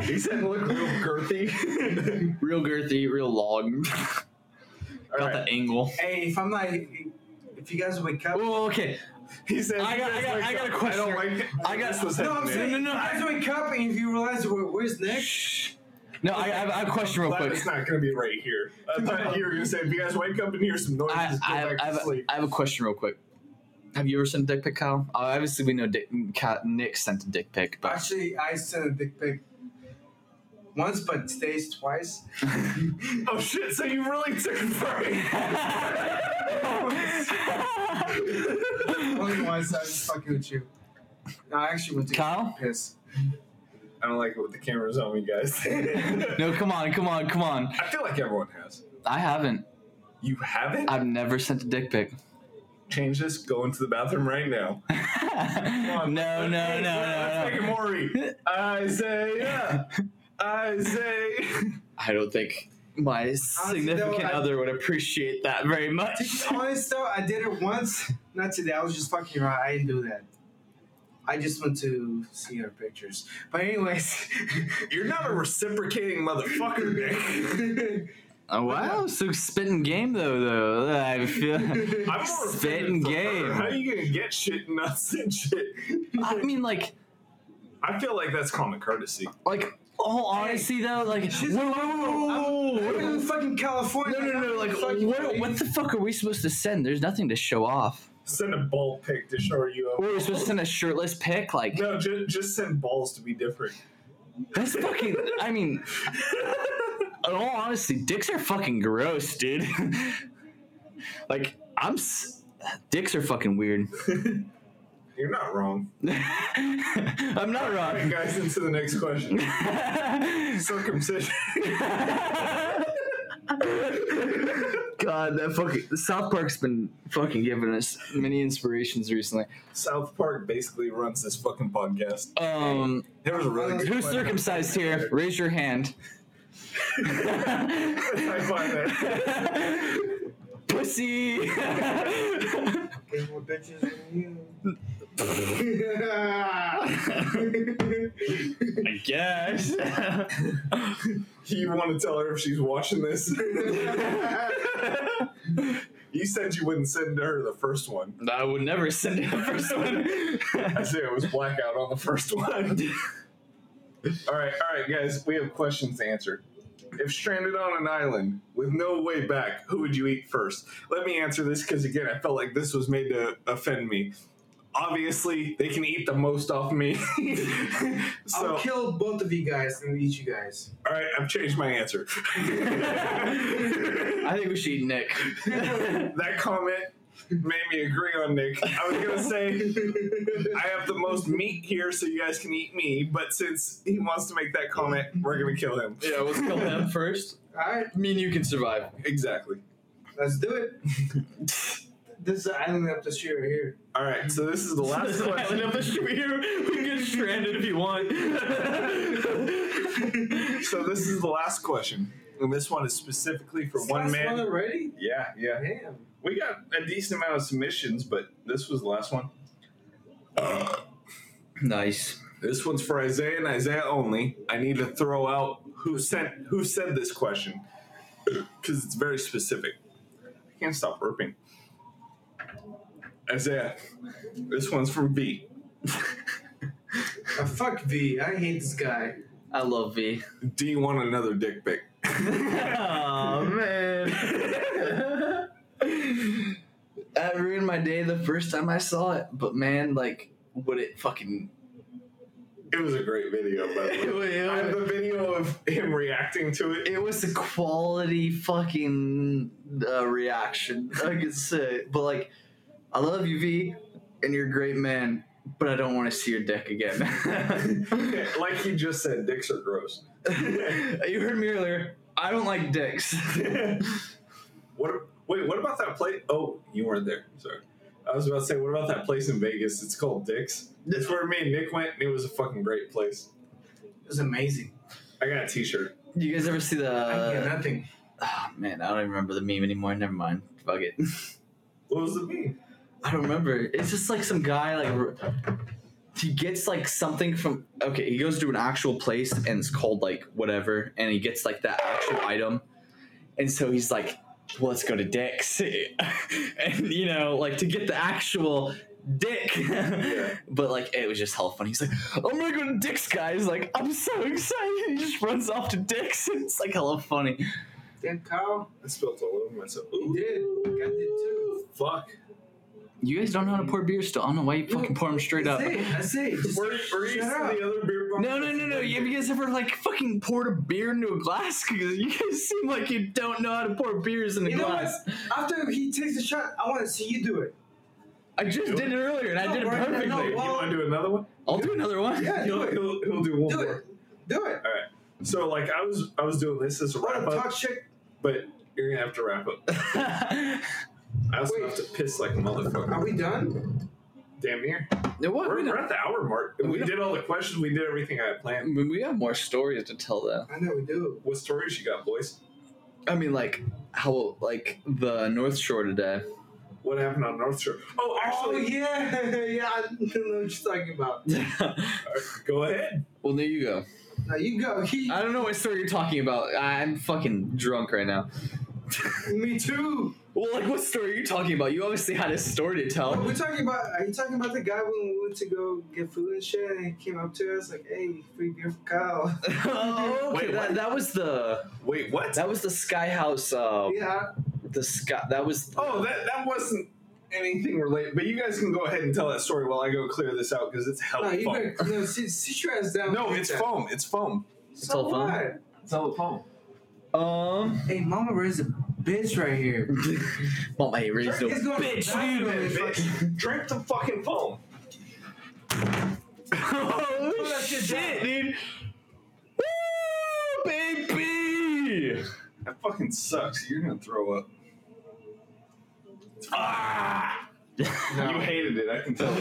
he said, "Look real girthy."
Real girthy, real long.
all
Got
right.
the angle.
Hey, if I'm not. If you guys wake up.
Oh, okay.
He said,
I got- I got- I got a question.
I don't like it.
I got-
this was
No, I'm
happening.
saying,
No,
no,
no, no.
As we cup, and if you realize where, where's Nick,
No, I, I, have, I have a question real
Glad
quick.
it's not going to be right here. I thought you were going to say, if you guys wake up and hear some noises,
I,
go
I, have,
back
I,
to
have,
sleep.
I have a question real quick. Have you ever sent a dick pic, Kyle? Uh, obviously, we know dick, Ka- Nick sent a dick pic, but
actually, I sent a dick pic once, but today's twice.
oh shit! So you really took it for me.
Only once. I was fucking with you. No, I actually went to
Kyle?
piss.
I don't like it with the cameras on me, guys.
no, come on, come on, come on.
I feel like everyone has.
I haven't.
You haven't?
I've never sent a dick pic.
Change this. Go into the bathroom right now.
no, no, no, no,
Let's make it
no.
more re- Isaiah. Isaiah.
I don't think my significant
I-
other would appreciate that very much.
Honest though, I did it once. Not today. I was just fucking around. I didn't do that. I just went to see her pictures. But anyways,
You're not a reciprocating motherfucker, Nick.
Oh, wow, so spitting game though, though. I feel.
I'm more
Spitting
offended for
game.
her. How are you gonna get shit nuts and shit?
I mean, like,
I feel like that's common courtesy.
like all honesty though, like, whoa, whoa, whoa, whoa, whoa,
I'm
whoa.
in fucking California.
no, no, no, like,
Fucking
what, what the fuck are we supposed to send? There's nothing to show off.
Send a ball pick to show you.
We're supposed to send a shirtless pic, like.
No, just just send balls to be different.
That's fucking. I mean, in all honesty, dicks are fucking gross, dude. like, I'm. S- dicks are fucking weird.
You're not wrong.
I'm not
All right,
wrong.
guys, into the next question. Circumcision.
God, that fucking South Park's been fucking giving us many inspirations recently.
South Park basically runs this fucking podcast.
Um,
There was a really good
who's
question.
circumcised here? Raise your hand.
I find that.
Pussy.
There's more bitches than you.
I guess.
You want to tell her if she's watching this? you said you wouldn't send her the first one.
I would never send it the first
I
one.
say it was blackout on the first one. all right, all right, guys, we have questions to answer. If stranded on an island with no way back, who would you eat first? Let me answer this because again, I felt like this was made to offend me. Obviously, they can eat the most off me. so,
I'll kill both of you guys and eat you guys.
all right, I've changed my answer.
I think we should eat Nick.
that comment made me agree on Nick. I was gonna say I have the most meat here, so you guys can eat me. But since he wants to make that comment, we're gonna kill him.
yeah, let's kill him first.
All right,
Me and you can survive.
Exactly.
let's do it. This is the island up the street right here.
All right. So this is the last question.
up the street here. We can get stranded if you want.
So this is the last question, and this one is specifically for one
Last one
man.
already?
Yeah, yeah.
Damn.
We got a decent amount of submissions, but this was the last one.
nice.
This one's for Isaiah and Isaiah only. I need to throw out who sent who said this question because it's very specific. I can't stop burping. Isaiah, this one's from B.
Uh, fuck V. I hate this guy.
I love V.
Do you want another dick pic?
oh man. that ruined my day the first time I saw it, but man, like, would it fucking.
It was a great video, by the way. I have the video of him reacting to it.
it was a quality fucking uh, reaction. I could say, but like, I love you, V, and you're a great man. But I don't want to see your dick again.
Like he just said, dicks are gross.
you heard me earlier. I don't like dicks.
What? Wait, what about that place? Oh, you weren't there. Sorry. I was about to say, what about that place in Vegas? It's called Dick's. That's where me and Nick went, and it was a fucking great place.
It was amazing.
I got a T-shirt.
you guys ever see the?
I
Uh,
get nothing.
Ah, man, I don't even remember the meme anymore. Never mind. Fuck it.
What was the meme?
I don't remember. It's just like some guy like r- he gets like something from okay, he goes to an actual place and it's called like whatever and he gets like that actual item. And so he's like, well, let's go to Dick's. and you know, like to get the actual dick. but like it was just hell funny. He's like, I'm gonna go to Dick's guys, like, I'm so excited. He just runs off to Dick's and it's like hella funny.
Damn, Kyle.
I spilled all over myself.
You
Ooh,
did. I did too.
fuck.
You guys don't know how to pour beer still. I don't know why you fucking pour them straight up.
That's it. That's it. Just
Were, were you
shut up.
the other beer bong?
No, no, no, no. Have you guys ever like fucking poured a beer into a glass? Because you guys seem like you don't know how to pour beers in a
You know what?
glass.
After he takes the shot, I want to see you do it.
I just did it earlier and I
No,
did it
we're not-
perfectly.
no,
You
well-
want to do another one?
I'll do another one.
Yeah, do
He'll,
it.
he'll, he'll do one
Do
more.
it. Do it.
So like I was I was doing this as a
What
wrap
a
up,
talk shit.
but You're gonna have to wrap up. I also
Wait.
have to piss like a motherfucker.
Are we done?
Damn near.
No, what?
We're,
We,
we're
don't-
at the hour mark. We,
we don't-
did all the questions. We did everything I had planned.
we- we have more stories to tell, though.
I know we do.
What stories you got, boys?
I mean, like how like the North Shore today.
What happened on North Shore? Oh,
oh
actually,
yeah, yeah. I know what you're talking about.
well,
uh, go ahead.
there you go.
Now you go. He,
I don't know what story you're talking about. I- I'm fucking drunk right now.
me too.
Well, like what story are you talking about? You obviously had a story to
Oh.
tell.
We're talking about. Are you talking about the guy when we went to go get food and shit, and he came up to us like, "Hey, free beer for Kyle."
oh, okay.
Wait,
that,
what?
that was the
Wait, what?
that was the Sky House. Uh,
yeah.
The sky. That was.
Oh, that that wasn't anything related. But you guys can go ahead and tell that story while I go clear this out because it's hell
No, you
foam.
better no, sit, sit your ass down.
No, it's foam. It's foam.
It's
all fun.
It's all phone.
Um.
Hey, Mama Red's a bitch right here.
Well, my razor.
He's going to the bathroom and fucking-
Drink the fucking foam.
oh shit, dude. Woo, baby.
That fucking sucks. You're gonna throw up. Ah! You hated it. I can tell.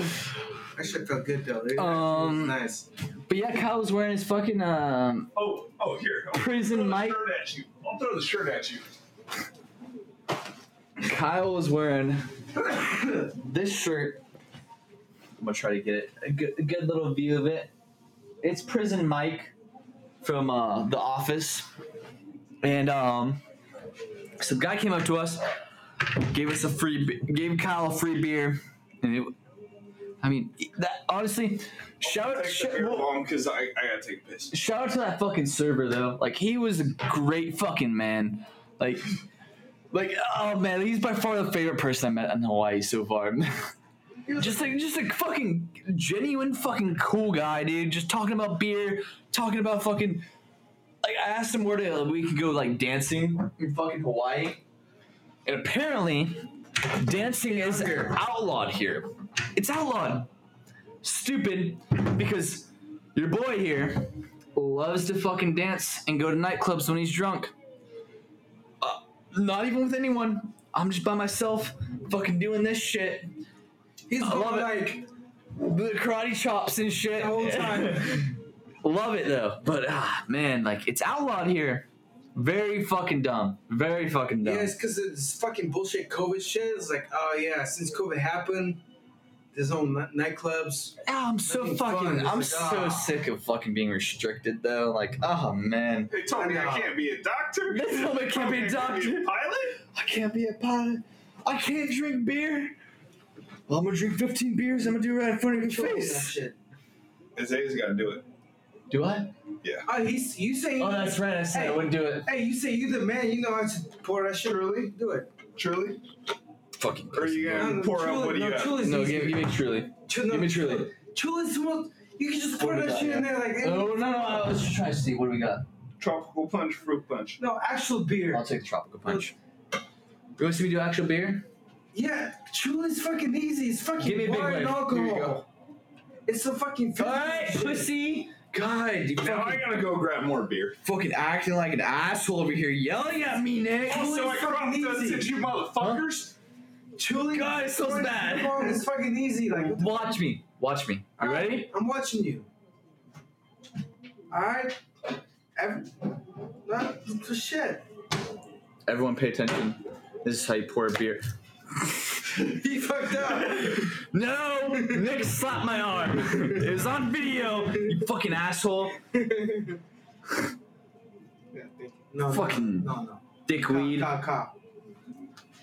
That shit felt good though. It
Um,
was nice.
But yeah, Kyle was wearing his fucking um
Oh, oh, here. I'll throw
prison
the
mic.
shirt at you. I'll throw the shirt at you.
Kyle was wearing this shirt.
I'm gonna try to get it a good, a good little view of it.
It's Prison Mike from uh, The Office, and um, some guy came up to us, gave us a free, be- gave Kyle a free beer, and it. I mean, that honestly, shout
Take
sh-
the beer long because I, I gotta take a piss.
shout out to that fucking server though. Like he was a great fucking man. Like, like oh man, he's by far the favorite person I met in Hawaii so far. just like just a fucking genuine fucking cool guy, dude. Just talking about beer, talking about fucking. Like I asked him where to we could go like dancing in fucking Hawaii, and apparently, dancing is outlawed here. It's outlawed. Stupid, because your boy here loves to fucking dance and go to nightclubs when he's drunk. Uh, not even with anyone. I'm just by myself, fucking doing this shit,
He's
I love
going
it.
like
the karate chops and shit.
the whole time.
Love it though, but ah, man, like it's outlawed here. Very fucking dumb. Very fucking dumb.
yeah, it's because it's fucking bullshit COVID shit. It's like, oh yeah, since COVID happened, there's no ni- nightclubs.
Ah, I'm so
Nothing fun,
fucking.
just
I'm
like,
so
ah.
sick of fucking being restricted though. Like, oh man,
They told me I can't be a doctor.
They told me I can't be a doctor.
pilot.
I can't be a pilot. I can't drink beer. Well, I'm gonna drink 15 beers. I'm gonna do it right in front of your
That
face.
shit.
Isaiah's gotta do it.
Do I?
Oh, he's you say.
Oh, that's right. I said I wouldn't do it.
Hey, you say you the man. You know how to pour that shit. Really? Do it.
Truly?
Fucking.
Or are you
No,
gonna
no,
pour
Truly-
out what do
no,
you have?
Truly's
No,
easy.
give, give me truly.
Chul- no,
give me Truly.
Chul- Truly's the most. You can just pour
What we
that
got,
shit in
yeah.
there like. hey,
Oh no, no, I was just trying to see what do we got.
Tropical punch, fruit punch.
No, actual beer.
I'll take the tropical punch. You want to see me do actual beer?
Yeah, Truly's fucking easy. It's fucking
Give me a big
wine
wave.
and
Here you
alcohol. It's a fucking.
All right,
shit.
pussy. God, you
Now I
fucking,
gotta go grab more beer.
fucking acting like an asshole over here, yelling at me, Nick.
Also, I cropped
fucking
us
easy.
at you motherfuckers.
Truly,
God, it smells
Truly's
bad.
wine, It's fucking easy. Like, what the-
Watch me. Watch me. You ready?
I'm watching you. All right. Every, not the shit.
Everyone, pay attention. This is how you pour a beer.
He fucked up.
No, Nick slapped my arm. It was on video. You fucking asshole,
Yeah, thank you. No,
Fucking
no, no, no.
dickweed.
Cop, cop, cop.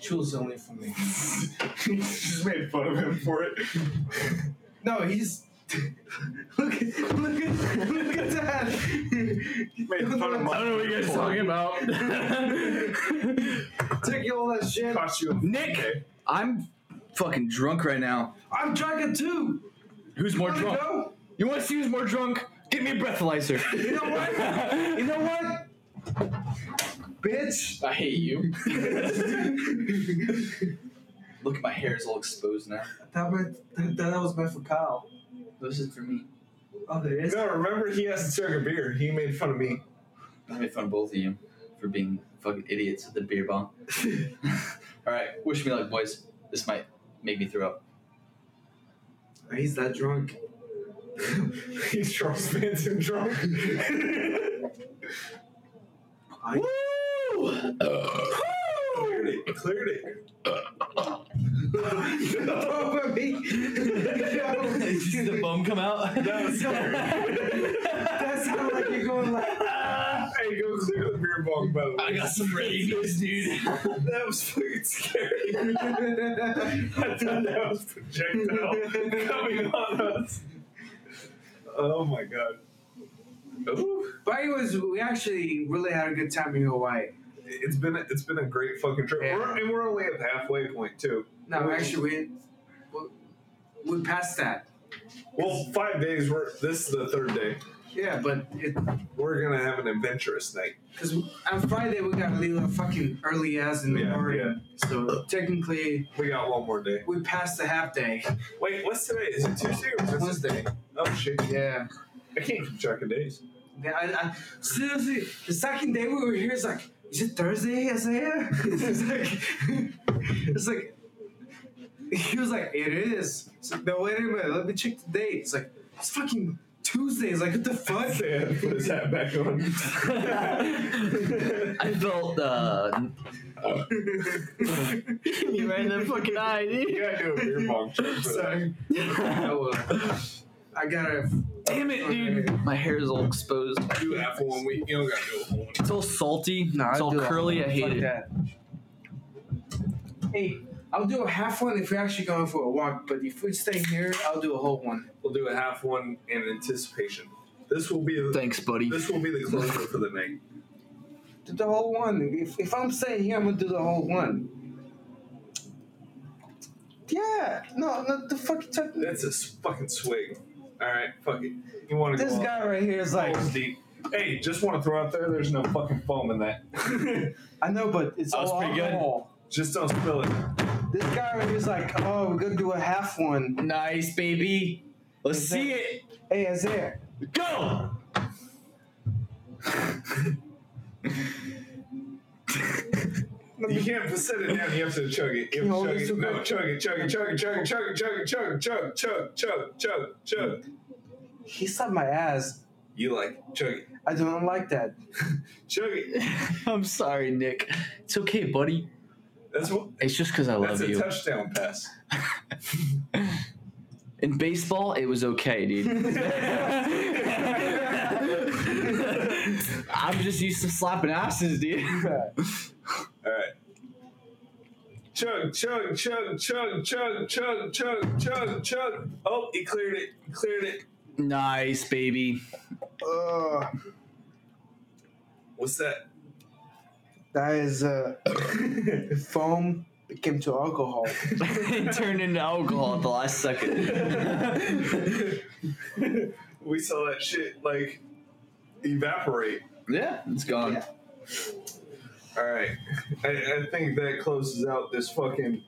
Choose only for me.
Just made fun of him for it.
No, he's. look, at- look, at, look at that.
Made fun of my.
I don't know what you guys are talking about.
Take you all that shit.
Cost you a
Nick,
Okay.
I'm fucking drunk right now.
I'm dragon too.
Who's more
Wanna
drunk?
go?
You want to see who's more drunk? Get me a breathalyzer.
You know what? you know what? Bitch.
I hate you. Look, at my hair is all exposed now.
That, meant, that, that was meant for Kyle.
This is for me.
Oh, there is.
No, remember he asked to drink a beer. He made fun of me.
I made fun of both of you for being Fucking idiots with the beer bong. All right, wish me luck, boys. This might make me throw up.
He's that drunk.
He's Charles Manson drunk.
I,
cleared it. Cleared it.
oh, baby.
Did the bum come out?
No, sorry.
that sounded like you're going like.
hey, Ah, go clear the beer bong, by the way.
I got some rabies, dude.
That was fucking scary. I thought that was projectile coming on us. Oh my god. Ooh,
but anyways, we actually really had a good time in Hawaii.
it's been a, it's been a great fucking trip,
Yeah.
we're, and we're only at the halfway point too.
No, actually, we we passed that.
Well, five days. We're this is the third day.
Yeah, but it
We're gonna have an adventurous night.
because on Friday we got to leave like fucking early as in the
Yeah,
morning. So technically,
We got one more day.
we passed the half day
Wait, what's today? Is it Tuesday or Wednesday?
Wednesday.
Oh shit!
Yeah.
I can't keep track of days.
Yeah, I, I, seriously, the second day we were here, it's like, is it Thursday? I said, yeah. It's like, it's like, he was like, it is. So, no, wait a minute, let me check the date. It's like, it's fucking Tuesday. It's like, what the fuck?
Yeah, put his hat back on.
I felt uh, you right in the fucking eye,
you
dude.
gotta do a beer pong check for
Sorry. Oh, uh, I gotta.
Damn it, dude. My hair is all exposed.
that. Do that for one week. You don't gotta do a whole one.
It's all salty.
Nah,
it's
I'll
all
do a-
curly. I hate
fuck
it.
that. Hey, I'll do a half one if we're actually going for a walk, but if we stay here, I'll do a whole one.
We'll do a half one in anticipation. This will be the,
Thanks, buddy.
this will be the closure for the night.
Do the whole one. If, if I'm staying here, I'm gonna do the whole one. Yeah, no, no, the fuck. Took,
That's a s- fucking swig. All right, fuck it. You want to
this
go
guy right here is
all
like,
deep? Hey, just want to throw out there. There's no fucking foam in that.
I know, but it's
That was
all
pretty good.
alcohol.
just don't spill it.
This guy right here is like, oh, we're gonna do a half one.
Nice, baby. Let's see it.
Hey, Isaiah,
Go.
You can't set it down. You have to chug it. You have
hold
to
this
chug it.
real
No,
quick?
chug it. Chug it. Chug it. Chug it. Chug it. Chug it. Chug it. Chug chug chug chug chug.
he slapped my ass.
You like chug it.
I don't like that.
Chug it.
I'm sorry, Nick. It's okay, buddy.
That's what.
It's just because I
That's
love
a
you.
touchdown pass.
In baseball, it was okay, dude. I'm just used to slapping asses, dude.
All right. Chug, chug, chug, chug, chug, chug, chug, chug, chug. Oh, he cleared it. He cleared it.
Nice, baby.
Ugh,
What's that?
that is uh, foam became to alcohol.
it turned into alcohol at the last second.
we saw that shit like evaporate.
yeah, it's gone.
Yeah.
All right. I, I think that closes out this fucking,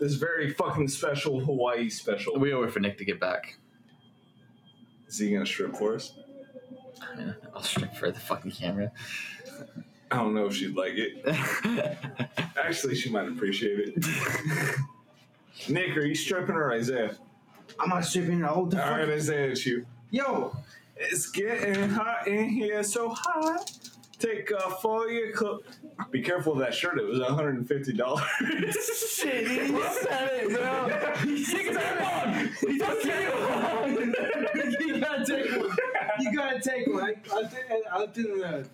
this very fucking special Hawaii special.
We owe it for Nick to get back.
Is he gonna strip for us?
Yeah, I'll strip for the fucking camera.
I don't know if she'd like it. Actually, she might appreciate it. Nick, are you stripping or Isaiah?
I'm not stripping. Oh, the
All
fuck?
right, Isaiah, it's you.
Yo,
It's getting hot in here, so hot. Take off all your clothes. Be careful of that shirt. It was one hundred and fifty dollars.
Shit, he said it, bro. He took that one. He took that one.
you gotta take one. You gotta take one. I, I think I think the,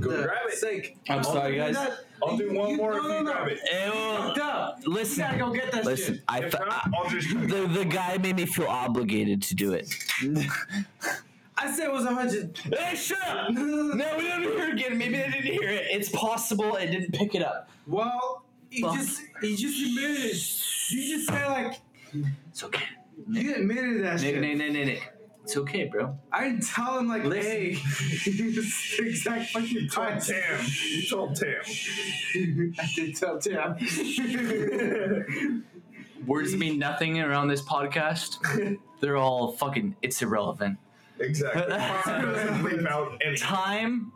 Go
the
grab it.
sink.
I'm sorry, guys.
I'll do one
You-
more
no,
if
no,
you
no.
grab it.
Ew.
Duh. You gotta
Listen,
go get that
listen.
shit.
I,
If
fe-
not,
I
I'll just.
The, the guy made me feel obligated to do it.
I said it was a hundred.
hey, shut up.
No, no, no, no.
No, we don't hear it again. Maybe they didn't hear it. It's possible it didn't pick it up.
Well, you
Fuck.
just you just admitted. it. You just said like
It's okay.
you admitted that
Nick,
shit.
Nick, Nick, Nick, Nick. It's okay, bro.
I didn't tell him like,
Listen.
hey, exact fucking
Tom
time.
Tam. You told Tam.
I did tell Tam.
Words mean nothing around this podcast. They're all fucking. It's irrelevant.
Exactly. Tom doesn't leave out any.
Time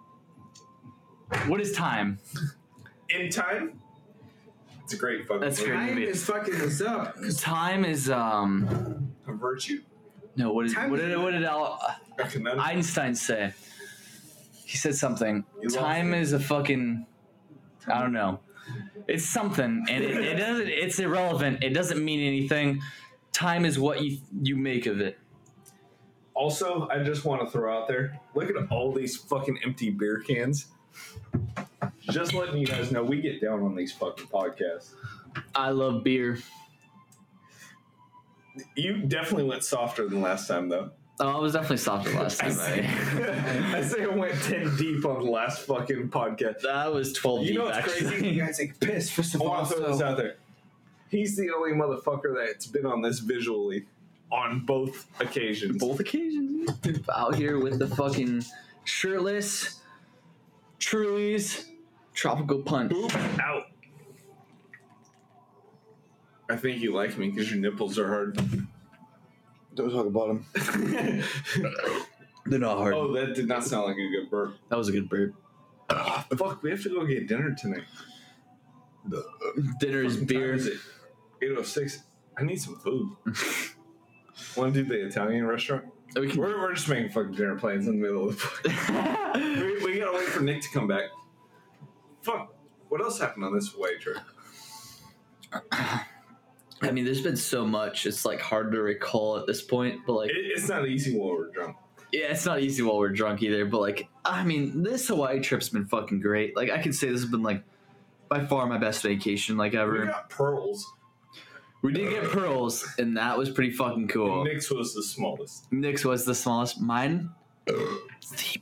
What is time?
In time. It's a great fucking.
That's
movie.
great.
Time
movie.
is fucking us up.
Time is um
A virtue.
no what is
Time
what
is-
did what did Al,
I can never-
Einstein say? He said something.
You lost
Time
me.
is a fucking I don't know. It's something and it, it doesn't it's irrelevant. It doesn't mean anything. Time is what you you make of it.
Also, I just want to throw out there look at all these fucking empty beer cans. Just letting you guys know, we get down on these fucking podcasts.
I love beer.
You definitely went softer than last time, though.
Oh, I was definitely softer last
I
time.
say,
I,
I say I went 10 deep on the last fucking podcast.
that was twelve.
You know
deep,
what's
actually.
You guys take a piss first of
I
all.
want to throw this
So
out there. He's the only motherfucker that's been on this visually on both occasions.
both occasions dude. out here with the fucking shirtless trulies tropical punch
Boop out. I think you like me because your nipples are hard.
Don't talk about him.
they're not hard
Oh, that did not sound like a good burp.
that was a good burp
Fuck, we have to go get dinner tonight.
dinner is
What time
beer
is it? 806. I need some food. Want to do the Italian restaurant?
we can
We're, we're just making fucking dinner plans in the middle of the we, we gotta wait for Nick to come back. Fuck. What else happened on this way trip?
i mean there's been so much it's like hard to recall at this point but like
It, it's not easy while we're drunk.
yeah it's not easy while we're drunk either but like i mean this hawaii trip's been fucking great like i can say this has been like by far my best vacation like
We
ever
got pearls.
we did get pearls and that was pretty fucking cool
Nick's was the smallest.
Nick's was the smallest. Mine, the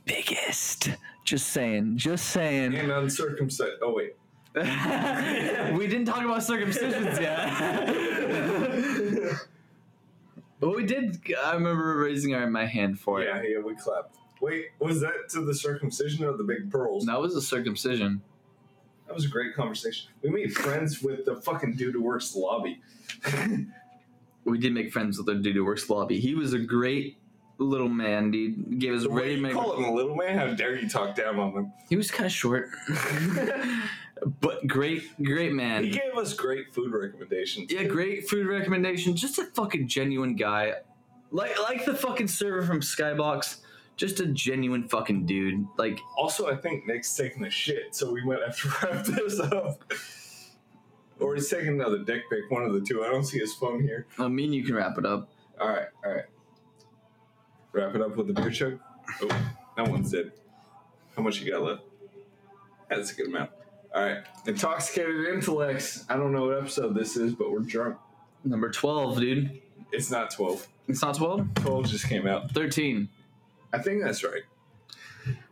biggest. Just saying. Just saying.
And uncircumcised. Oh, wait.
we didn't talk about circumcisions yet. but we did. I remember raising our, my hand for it.
Yeah, yeah, we clapped. Wait, was that to the circumcision or the big pearls?
That was a circumcision.
That was a great conversation. We made friends with the fucking dude who works the lobby.
We did make friends with the dude who works lobby. He was a great little man, dude. Gave us
The way
ready
you
made.
call him a little man? How dare you talk down on him?
He was kind of short, but great, great man.
He gave us great food recommendations.
Yeah, great food recommendation. Just a fucking genuine guy. Like like the fucking server from Skybox. Just a genuine fucking dude. Like
Also, I think Nick's taking a shit, so we might have to wrap this up. Or he's taking another dick pic, one of the two. I don't see his phone here.
I mean you can wrap it up.
All right, all right. Wrap it up with the beer chug. Oh, that one's dead. How much you got left? That's a good amount. All right, intoxicated intellects. I don't know what episode this is, but we're drunk.
Number 12, dude.
It's not twelve.
It's not 12?
Twelve just came out.
13.
I think that's right.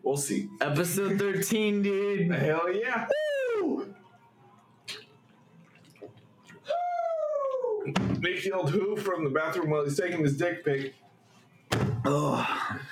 We'll see.
Episode 13, dude.
Hell yeah! Woo! Nick yelled "Who" from the bathroom while he's taking his dick pic.
Oh.